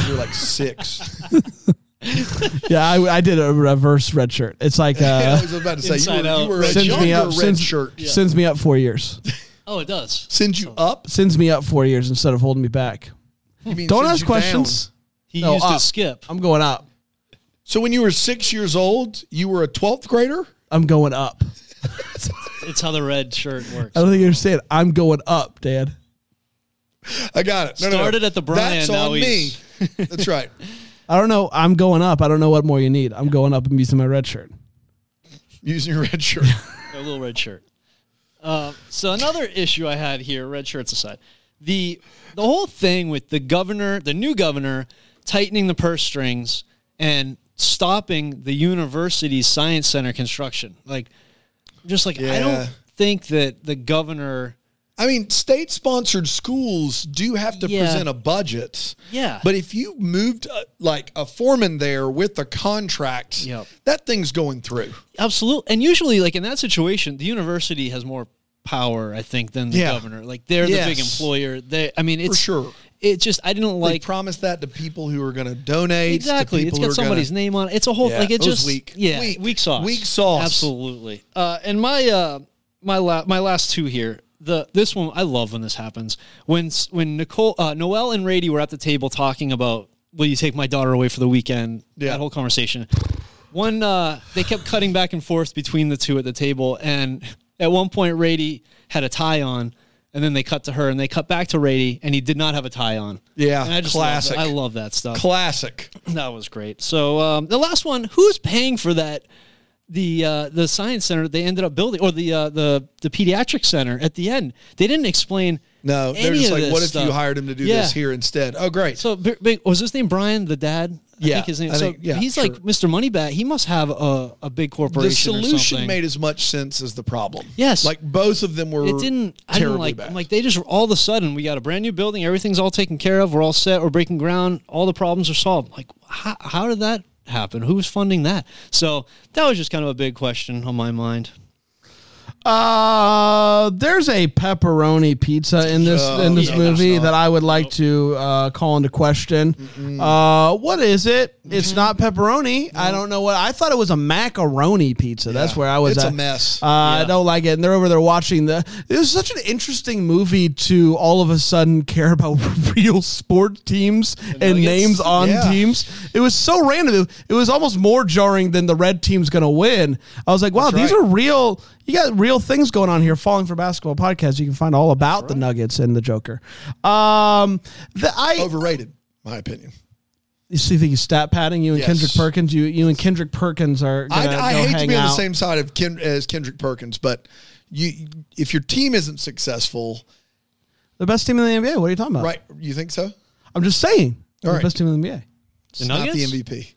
[SPEAKER 5] You're like six.
[SPEAKER 1] Yeah, I, I did a reverse redshirt. It's like uh,
[SPEAKER 5] I was about to say
[SPEAKER 2] Inside
[SPEAKER 5] you were, you
[SPEAKER 2] out.
[SPEAKER 5] were a
[SPEAKER 1] sends
[SPEAKER 5] younger
[SPEAKER 1] me up
[SPEAKER 5] red
[SPEAKER 1] sends,
[SPEAKER 5] shirt.
[SPEAKER 1] sends me up four years.
[SPEAKER 2] Oh, it does.
[SPEAKER 5] Sends you up.
[SPEAKER 1] sends me up four years instead of holding me back.
[SPEAKER 5] You mean
[SPEAKER 1] Don't
[SPEAKER 5] sends
[SPEAKER 1] ask
[SPEAKER 5] you down.
[SPEAKER 1] questions.
[SPEAKER 2] He
[SPEAKER 1] No,
[SPEAKER 2] used
[SPEAKER 1] up.
[SPEAKER 2] to skip.
[SPEAKER 1] I'm going up.
[SPEAKER 5] So when you were six years old, you were a twelfth grader.
[SPEAKER 1] I'm going up.
[SPEAKER 2] It's how the red shirt works.
[SPEAKER 1] I don't think you understand. I'm going up, Dad.
[SPEAKER 5] I got it. No, no, no.
[SPEAKER 2] Started at the Brian,
[SPEAKER 5] That's
[SPEAKER 2] now
[SPEAKER 5] on me.
[SPEAKER 2] he's-
[SPEAKER 5] That's right.
[SPEAKER 1] I don't know. I'm going up. I don't know what more you need. I'm going up and using my red shirt.
[SPEAKER 5] Using your red shirt.
[SPEAKER 2] a little red shirt. Uh, so another issue I had here, red shirts aside, the the whole thing with the governor, the new governor, tightening the purse strings and stopping the university's science center construction. Like, just like I
[SPEAKER 5] Yeah.
[SPEAKER 2] don't think that the governor.
[SPEAKER 5] I mean, state sponsored schools do have to
[SPEAKER 2] Yeah.
[SPEAKER 5] present a budget.
[SPEAKER 2] Yeah.
[SPEAKER 5] But if you moved uh, like a foreman there with a contract,
[SPEAKER 2] Yep.
[SPEAKER 5] that thing's going through.
[SPEAKER 2] Absolutely. And usually, like in that situation, the university has more power, I think, than the
[SPEAKER 5] Yeah.
[SPEAKER 2] governor. Like they're the big
[SPEAKER 5] Yes.
[SPEAKER 2] employer. They, I mean, it's
[SPEAKER 5] sure.
[SPEAKER 2] It just I didn't
[SPEAKER 5] Like, they
[SPEAKER 2] like
[SPEAKER 5] promise that to people who are going to donate.
[SPEAKER 2] exactly.
[SPEAKER 5] To
[SPEAKER 2] It's
[SPEAKER 5] people
[SPEAKER 2] got somebody's
[SPEAKER 5] going
[SPEAKER 2] name on it. It's a whole
[SPEAKER 5] Yeah,
[SPEAKER 2] like it
[SPEAKER 5] it was
[SPEAKER 2] just
[SPEAKER 5] weak.
[SPEAKER 2] yeah
[SPEAKER 5] Weak.
[SPEAKER 2] weak, sauce
[SPEAKER 5] Weak sauce.
[SPEAKER 2] absolutely. Uh, and my uh my la- my last two here. The this one I love when this happens when s- when Nicole uh, Noel and Rady were at the table talking about will you take my daughter away for the weekend
[SPEAKER 5] Yeah.
[SPEAKER 2] that whole conversation. One uh, they kept cutting back and forth between the two at the table, and at one point Rady had a tie on. And then they cut to her, and they cut back to Rady, and he did not have a tie on.
[SPEAKER 5] Yeah,
[SPEAKER 2] and I just
[SPEAKER 5] classic.
[SPEAKER 2] Love that. I love that stuff.
[SPEAKER 5] Classic.
[SPEAKER 2] That was great. So um, the last one, who's paying for that? The uh, the science center they ended up building, or the uh, the the pediatric center at the end. They didn't explain.
[SPEAKER 5] No, they're
[SPEAKER 2] any
[SPEAKER 5] just
[SPEAKER 2] of
[SPEAKER 5] like,
[SPEAKER 2] this
[SPEAKER 5] what if
[SPEAKER 2] stuff.
[SPEAKER 5] you hired him to do
[SPEAKER 2] Yeah.
[SPEAKER 5] this here instead? Oh, great.
[SPEAKER 2] So b- b- was his name Brian, the dad? I
[SPEAKER 5] Yeah,
[SPEAKER 2] think his name.
[SPEAKER 5] I
[SPEAKER 2] so
[SPEAKER 5] think- yeah,
[SPEAKER 2] he's like
[SPEAKER 5] sure.
[SPEAKER 2] Mr. Moneybag. He must have a, a big corporation.
[SPEAKER 5] the
[SPEAKER 2] or
[SPEAKER 5] solution
[SPEAKER 2] something.
[SPEAKER 5] made as much sense as the problem.
[SPEAKER 2] Yes.
[SPEAKER 5] Like both of them were.
[SPEAKER 2] it didn't. I didn't
[SPEAKER 5] terribly
[SPEAKER 2] like.
[SPEAKER 5] bad.
[SPEAKER 2] I'm like they just all of a sudden we got a brand new building. Everything's all taken care of. We're all set. We're breaking ground. All the problems are solved. Like how, how did that happen? Who's funding that? So that was just kind of a big question on my mind.
[SPEAKER 1] Uh, there's a pepperoni pizza in this in this
[SPEAKER 2] yeah,
[SPEAKER 1] movie
[SPEAKER 5] there's Oh, not.
[SPEAKER 1] that I would like to uh, call into question. Uh, what is it?
[SPEAKER 5] Mm-hmm.
[SPEAKER 1] It's not pepperoni. I don't know what. I thought it was a macaroni pizza. That's
[SPEAKER 5] Yeah.
[SPEAKER 1] where I was.
[SPEAKER 5] It's a
[SPEAKER 1] at.
[SPEAKER 5] mess.
[SPEAKER 1] Uh, I don't like it. And they're over there watching the. It was such an interesting movie to all of a sudden care about real sport teams and,
[SPEAKER 2] nuggets?
[SPEAKER 1] names on
[SPEAKER 5] Yeah.
[SPEAKER 1] teams. It was so random. It, it was almost more jarring than the red team's going to win. I was like, wow, these
[SPEAKER 5] right.
[SPEAKER 1] are real. You got real things going on here. Falling for Basketball podcast. You can find all about the Nuggets and the Joker. Um, the I
[SPEAKER 5] Overrated, my opinion.
[SPEAKER 1] you see, think you stat padding you and
[SPEAKER 5] Yes.
[SPEAKER 1] Kendrick Perkins. You you and Kendrick Perkins are. Gonna
[SPEAKER 5] I,
[SPEAKER 1] go
[SPEAKER 5] I hate to
[SPEAKER 1] hang
[SPEAKER 5] be on the
[SPEAKER 1] out.
[SPEAKER 5] same side of Ken, as Kendrick Perkins, but you, if your team isn't successful,
[SPEAKER 1] The best team in the NBA. What are you talking about?
[SPEAKER 5] right? You think so?
[SPEAKER 1] I'm just saying. the
[SPEAKER 5] All right.
[SPEAKER 1] Best team in the NBA.
[SPEAKER 2] The
[SPEAKER 5] Not the
[SPEAKER 2] Nuggets?
[SPEAKER 5] MVP.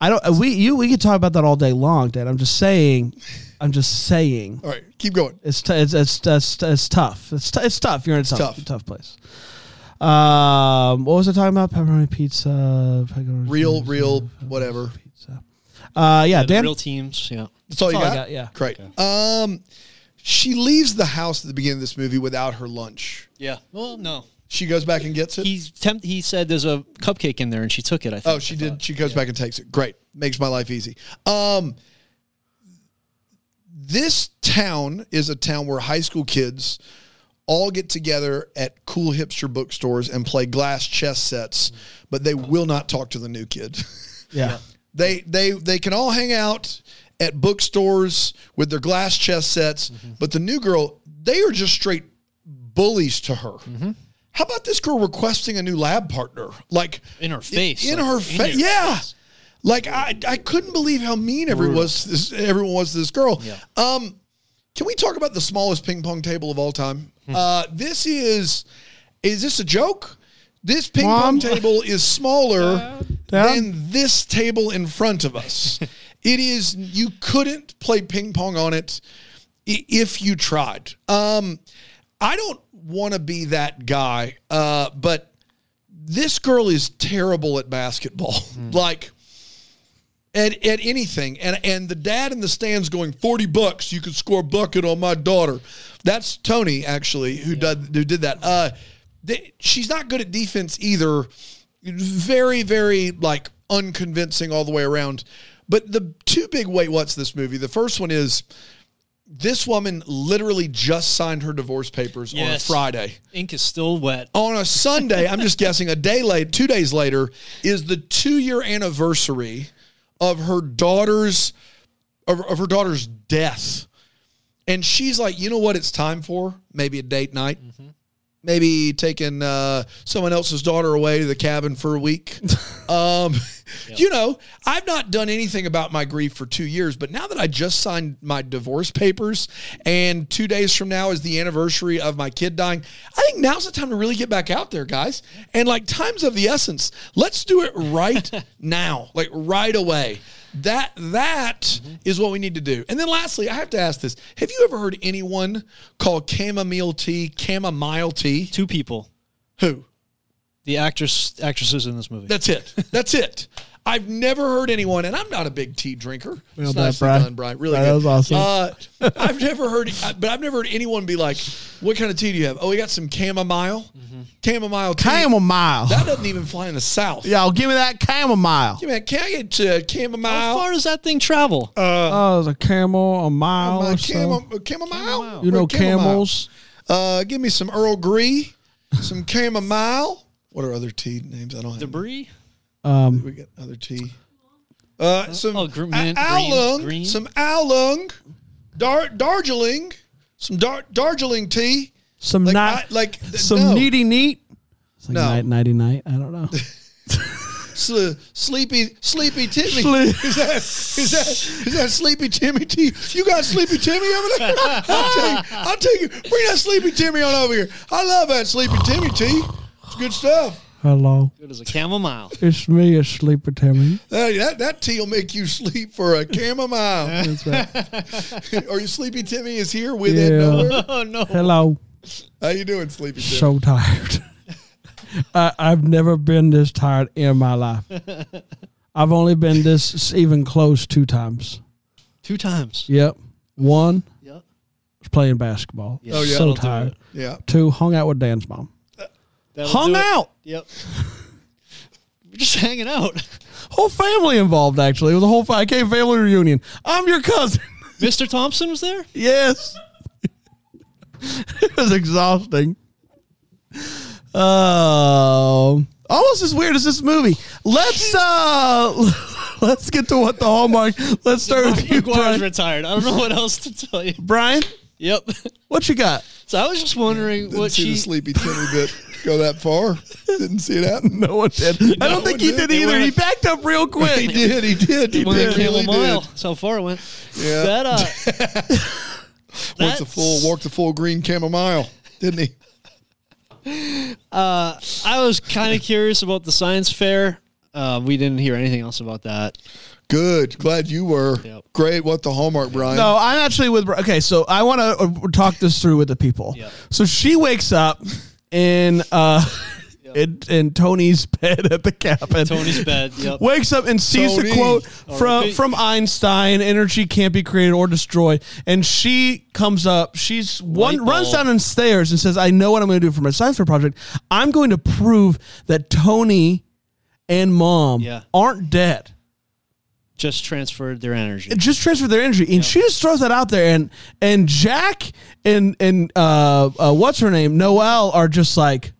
[SPEAKER 1] I don't. uh, We you. We could talk about that all day long, Dad. I'm just saying. I'm just saying.
[SPEAKER 5] All right, keep going.
[SPEAKER 1] It's t- it's, it's it's it's tough. It's t- it's tough. You're in a tough tough,
[SPEAKER 5] tough.
[SPEAKER 1] place. Um, what was I talking about? Pepperoni pizza. pepperoni
[SPEAKER 5] Real, real, whatever.
[SPEAKER 1] pizza. Uh, yeah,
[SPEAKER 2] The
[SPEAKER 1] Dan.
[SPEAKER 2] real teams. Yeah.
[SPEAKER 5] That's all you
[SPEAKER 1] all I
[SPEAKER 5] got.
[SPEAKER 1] got, yeah.
[SPEAKER 5] great. Um, she leaves the house at the beginning of this movie without her lunch.
[SPEAKER 2] Yeah. Well, no.
[SPEAKER 5] She goes back and gets it.
[SPEAKER 2] He's temp- he said there's a cupcake in there, and she took it. I think.
[SPEAKER 5] Oh, she did. She goes back and takes it. Great. Makes my life easy. Um, this town is a town where high school kids all get together at cool hipster bookstores and play glass chess sets, but they will not talk to the new kid.
[SPEAKER 1] Yeah.
[SPEAKER 5] They they they can all hang out at bookstores with their glass chess sets,
[SPEAKER 2] Mm-hmm.
[SPEAKER 5] but the new girl, they are just straight bullies to her.
[SPEAKER 2] Mm-hmm.
[SPEAKER 5] How about this girl requesting a new lab partner? Like
[SPEAKER 2] In her face,
[SPEAKER 5] In,
[SPEAKER 2] like,
[SPEAKER 5] her
[SPEAKER 2] in
[SPEAKER 5] face.
[SPEAKER 2] your
[SPEAKER 5] Yeah.
[SPEAKER 2] face.
[SPEAKER 5] Like I I couldn't believe how mean everyone was to this, everyone was to this girl. Um can we talk about the smallest ping pong table of all time?
[SPEAKER 2] Hmm.
[SPEAKER 5] Uh, this is is this a joke? This ping
[SPEAKER 1] Mom?
[SPEAKER 5] pong table is smaller
[SPEAKER 1] Dad?
[SPEAKER 5] than this table in front of us. it is you couldn't play ping pong on it i- if you tried. Um, I don't want to be that guy, uh, but this girl is terrible at basketball. like at, at anything. And and the dad in the stands going, 40 bucks, you could score a bucket on my daughter. That's Tony, actually, who did who did that. Uh th- she's not good at defense either. Very, very like unconvincing all the way around. But the two big wait what's this movie? The first one is this woman literally just signed her divorce papers on a
[SPEAKER 2] Yes.
[SPEAKER 5] Friday
[SPEAKER 2] Ink is still wet.
[SPEAKER 5] on a Sunday, I'm just guessing a day late, two days later, is the two year anniversary of her daughter's of, of her daughter's death. And she's like, you know what it's time for? Maybe a date night. maybe taking uh, someone else's daughter away to the cabin for a week. um, You know, I've not done anything about my grief for two years, but now that I just signed my divorce papers and two days from now is the anniversary of my kid dying, I think now's the time to really get back out there, guys. And like time's of the essence. Let's do it right now, like right away. That that is
[SPEAKER 1] Mm-hmm.
[SPEAKER 5] what we need to do. And then lastly, I have to ask this. Have you ever heard anyone call chamomile tea chamomile tea?
[SPEAKER 2] Two people,
[SPEAKER 5] Who?
[SPEAKER 2] the actress actresses in this movie.
[SPEAKER 5] That's it. That's it. I've never heard anyone, and I'm not a big tea drinker.
[SPEAKER 1] Well
[SPEAKER 5] it's
[SPEAKER 1] done,
[SPEAKER 5] nicely
[SPEAKER 1] Bri.
[SPEAKER 5] done, Brian. Really,
[SPEAKER 1] That
[SPEAKER 5] good.
[SPEAKER 1] was awesome.
[SPEAKER 5] Uh, I've never heard, but I've never heard anyone be like, "What kind of tea do you have?" Oh, we got some chamomile,
[SPEAKER 1] Mm-hmm.
[SPEAKER 5] chamomile tea.
[SPEAKER 1] Chamomile.
[SPEAKER 5] That doesn't even fly in the south.
[SPEAKER 1] Y'all give me that chamomile.
[SPEAKER 5] Hey, man, can I get uh, chamomile?
[SPEAKER 2] How far does that thing travel?
[SPEAKER 1] Oh, it's a camel, a mile.
[SPEAKER 5] My
[SPEAKER 1] or so.
[SPEAKER 5] chamo- chamomile?
[SPEAKER 1] You know
[SPEAKER 5] What chamomile?
[SPEAKER 1] camels.
[SPEAKER 5] Uh, give me some Earl Grey, some chamomile. What are other tea names? I don't have.
[SPEAKER 2] Debris.
[SPEAKER 1] Um,
[SPEAKER 5] We got other tea. Uh, some
[SPEAKER 2] oh,
[SPEAKER 5] oh,
[SPEAKER 2] gr-
[SPEAKER 5] green,
[SPEAKER 2] mint, green,
[SPEAKER 5] oolong,
[SPEAKER 2] green.
[SPEAKER 5] some oolong, dar, Darjeeling, some dar, Darjeeling tea.
[SPEAKER 1] Some
[SPEAKER 5] Like,
[SPEAKER 1] night,
[SPEAKER 5] I- like th-
[SPEAKER 1] some
[SPEAKER 5] no.
[SPEAKER 1] needy neat. It's like
[SPEAKER 5] No.
[SPEAKER 1] night, nighty night. I don't know.
[SPEAKER 5] Sl- uh, sleepy, sleepy Timmy.
[SPEAKER 1] Sle-
[SPEAKER 5] is that is that is that sleepy Timmy tea? You got sleepy Timmy over there? I'll take, I'll take you. Bring that sleepy Timmy on over here. I love that sleepy Timmy tea. It's good stuff.
[SPEAKER 1] Hello,
[SPEAKER 2] Good as a chamomile.
[SPEAKER 1] it's me, a sleeper Timmy.
[SPEAKER 5] Uh, that that tea will make you sleep for a chamomile.
[SPEAKER 1] That's right.
[SPEAKER 5] Are you sleepy Timmy? Is here with it?
[SPEAKER 1] Yeah.
[SPEAKER 5] Nowhere?
[SPEAKER 2] Oh no.
[SPEAKER 1] Hello,
[SPEAKER 5] How you doing, sleepy Timmy?
[SPEAKER 1] so tired. I, I've never been this tired in my life. I've only been this even close two times.
[SPEAKER 2] Two times.
[SPEAKER 1] Yep, one
[SPEAKER 2] Yep.
[SPEAKER 1] was playing basketball.
[SPEAKER 2] Yeah, Oh, yeah. that'll
[SPEAKER 1] so
[SPEAKER 2] do
[SPEAKER 1] tired.
[SPEAKER 2] it.
[SPEAKER 5] yeah.
[SPEAKER 1] Two hung out with Dan's mom.
[SPEAKER 2] That'll
[SPEAKER 1] Hung
[SPEAKER 2] do it.
[SPEAKER 1] out.
[SPEAKER 2] Yep. We're just hanging out.
[SPEAKER 1] Whole family involved. Actually, it was a whole five K family reunion. I'm your cousin.
[SPEAKER 2] Mr. Thompson was there.
[SPEAKER 1] Yes. it was exhausting. Um, Oh, almost as weird as this movie. Let's uh let's get to what the hallmark. Let's start with you,
[SPEAKER 2] McGuire's
[SPEAKER 1] Brian.
[SPEAKER 2] retired. I don't know what else to tell you.
[SPEAKER 1] Brian,
[SPEAKER 2] Yep.
[SPEAKER 1] what you got?
[SPEAKER 2] So I was just wondering
[SPEAKER 5] Didn't
[SPEAKER 2] what
[SPEAKER 5] see
[SPEAKER 2] she.
[SPEAKER 5] the sleepy Timmy bit go that far. Didn't see it happen.
[SPEAKER 1] No one did. I don't think he
[SPEAKER 5] one
[SPEAKER 1] did
[SPEAKER 5] did.
[SPEAKER 1] either.
[SPEAKER 2] were-
[SPEAKER 1] He backed up real
[SPEAKER 5] He
[SPEAKER 1] quick.
[SPEAKER 5] did. He did. He
[SPEAKER 2] When they
[SPEAKER 5] did.
[SPEAKER 2] came
[SPEAKER 5] Really
[SPEAKER 2] a mile,
[SPEAKER 5] did.
[SPEAKER 2] so far it went.
[SPEAKER 5] Yeah.
[SPEAKER 2] That uh,
[SPEAKER 5] Walked the full. Walked the full green chamomile. Didn't he?
[SPEAKER 2] I was kind of curious about the science fair. Uh, we didn't hear anything else about that.
[SPEAKER 5] Good. Glad you were.
[SPEAKER 2] Yep.
[SPEAKER 5] Great. What the hallmark, Brian?
[SPEAKER 1] No, I'm actually with. Okay, so I want to talk this through with the people.
[SPEAKER 2] Yeah.
[SPEAKER 1] So she wakes up in uh in, in Tony's bed at the cabin.
[SPEAKER 2] Tony's bed. Yep.
[SPEAKER 1] wakes up and sees the
[SPEAKER 5] Tony.
[SPEAKER 1] quote from
[SPEAKER 2] R.I.P.
[SPEAKER 1] from Einstein: "Energy can't be created or destroyed." And she comes up. She's one
[SPEAKER 2] bulb.
[SPEAKER 1] runs down the stairs and says, "I know what I'm going to do for my science fair project. I'm going to prove that Tony and Mom
[SPEAKER 2] Yeah.
[SPEAKER 1] aren't dead."
[SPEAKER 2] Just transferred their energy.
[SPEAKER 1] It Just transfer their energy, and she just throws that out there, and and Jack and and uh, uh what's her name, Noelle, are just like,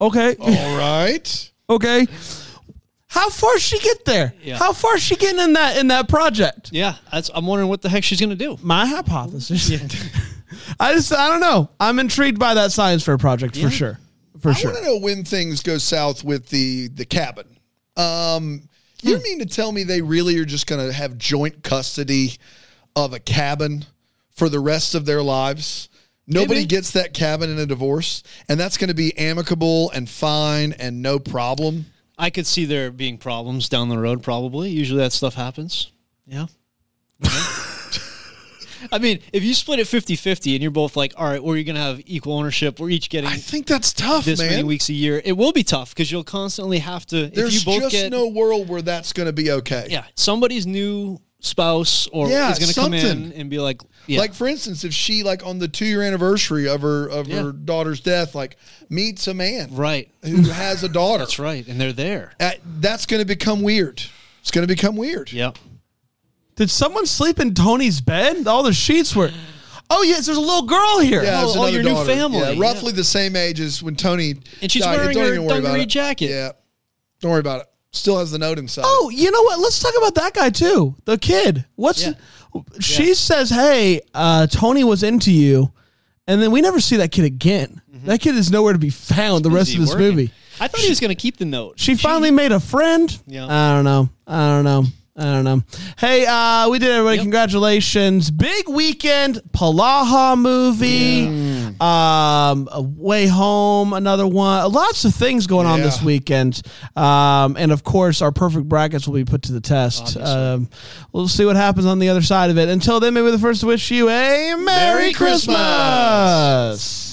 [SPEAKER 2] Oh,
[SPEAKER 1] okay,
[SPEAKER 5] All right.
[SPEAKER 1] okay. How far she get there?
[SPEAKER 2] Yeah.
[SPEAKER 1] How far she getting in that in that project?
[SPEAKER 2] Yeah, that's, I'm wondering what the heck she's gonna do.
[SPEAKER 1] My hypothesis. I just I don't know. I'm intrigued by that science fair project for sure. For
[SPEAKER 5] I
[SPEAKER 1] sure.
[SPEAKER 5] want to know when things go south with the the cabin. Um, you mean to tell me they really are just going to have joint custody of a cabin for the rest of their lives? Nobody
[SPEAKER 2] Maybe.
[SPEAKER 5] gets that cabin in a divorce, and that's going to be amicable and fine and no problem.
[SPEAKER 2] I could see there being problems down the road. Probably. Usually that stuff happens. Yeah. I mean, if you split it 50-50 and you're both like, all right, we're gonna have equal ownership. We're each getting
[SPEAKER 5] I think that's tough,
[SPEAKER 2] this
[SPEAKER 5] man.
[SPEAKER 2] many weeks a year. It will be tough because you'll constantly have to.
[SPEAKER 5] There's
[SPEAKER 2] if you both
[SPEAKER 5] just
[SPEAKER 2] get,
[SPEAKER 5] no world where that's going to be okay.
[SPEAKER 2] yeah, somebody's new spouse or
[SPEAKER 5] Yeah,
[SPEAKER 2] is going to come in
[SPEAKER 5] something.
[SPEAKER 2] and be like, yeah,
[SPEAKER 5] Like for instance, if she like on the two year anniversary of her of
[SPEAKER 2] Yeah.
[SPEAKER 5] her daughter's death, like meets a man
[SPEAKER 2] right,
[SPEAKER 5] who has a daughter.
[SPEAKER 2] that's right, and they're there.
[SPEAKER 5] Uh, that's going to become weird. It's going to become weird.
[SPEAKER 2] Yep.
[SPEAKER 1] Did someone sleep in Tony's bed? All the sheets were Oh yes, there's a little girl here.
[SPEAKER 5] Yeah,
[SPEAKER 2] Oh,
[SPEAKER 5] it's
[SPEAKER 2] oh,
[SPEAKER 5] another
[SPEAKER 2] your new
[SPEAKER 5] daughter.
[SPEAKER 2] family.
[SPEAKER 5] Yeah,
[SPEAKER 2] Yeah.
[SPEAKER 5] roughly the same age as when Tony.
[SPEAKER 2] And she's
[SPEAKER 5] died.
[SPEAKER 2] wearing
[SPEAKER 5] Don't
[SPEAKER 2] her
[SPEAKER 5] even worry about
[SPEAKER 2] dungaree
[SPEAKER 5] it.
[SPEAKER 2] jacket.
[SPEAKER 5] Yeah, don't worry about it. Still has the note inside.
[SPEAKER 1] Oh, you know what? Let's talk about that guy too. The kid. What's she says, Hey, uh, Tony was into you, and then we never see that kid again. That kid is nowhere to be found the rest
[SPEAKER 2] Mm-hmm.
[SPEAKER 1] of
[SPEAKER 2] Busy
[SPEAKER 1] this
[SPEAKER 2] working.
[SPEAKER 1] movie.
[SPEAKER 2] I thought he was going to keep the note.
[SPEAKER 1] She finally made a friend.
[SPEAKER 2] Yeah.
[SPEAKER 1] I don't know. I don't know. I don't know. Hey, uh, we did it, everybody.
[SPEAKER 2] Yep.
[SPEAKER 1] Congratulations. Big weekend. Palaha movie. Um, Way Home, another one. Lots of things going on
[SPEAKER 5] Yeah.
[SPEAKER 1] this weekend. Um, and of course, our perfect brackets will be put to the test. Um, we'll see what happens on the other side of it. Until then, maybe the first to wish you a Merry, Christmas.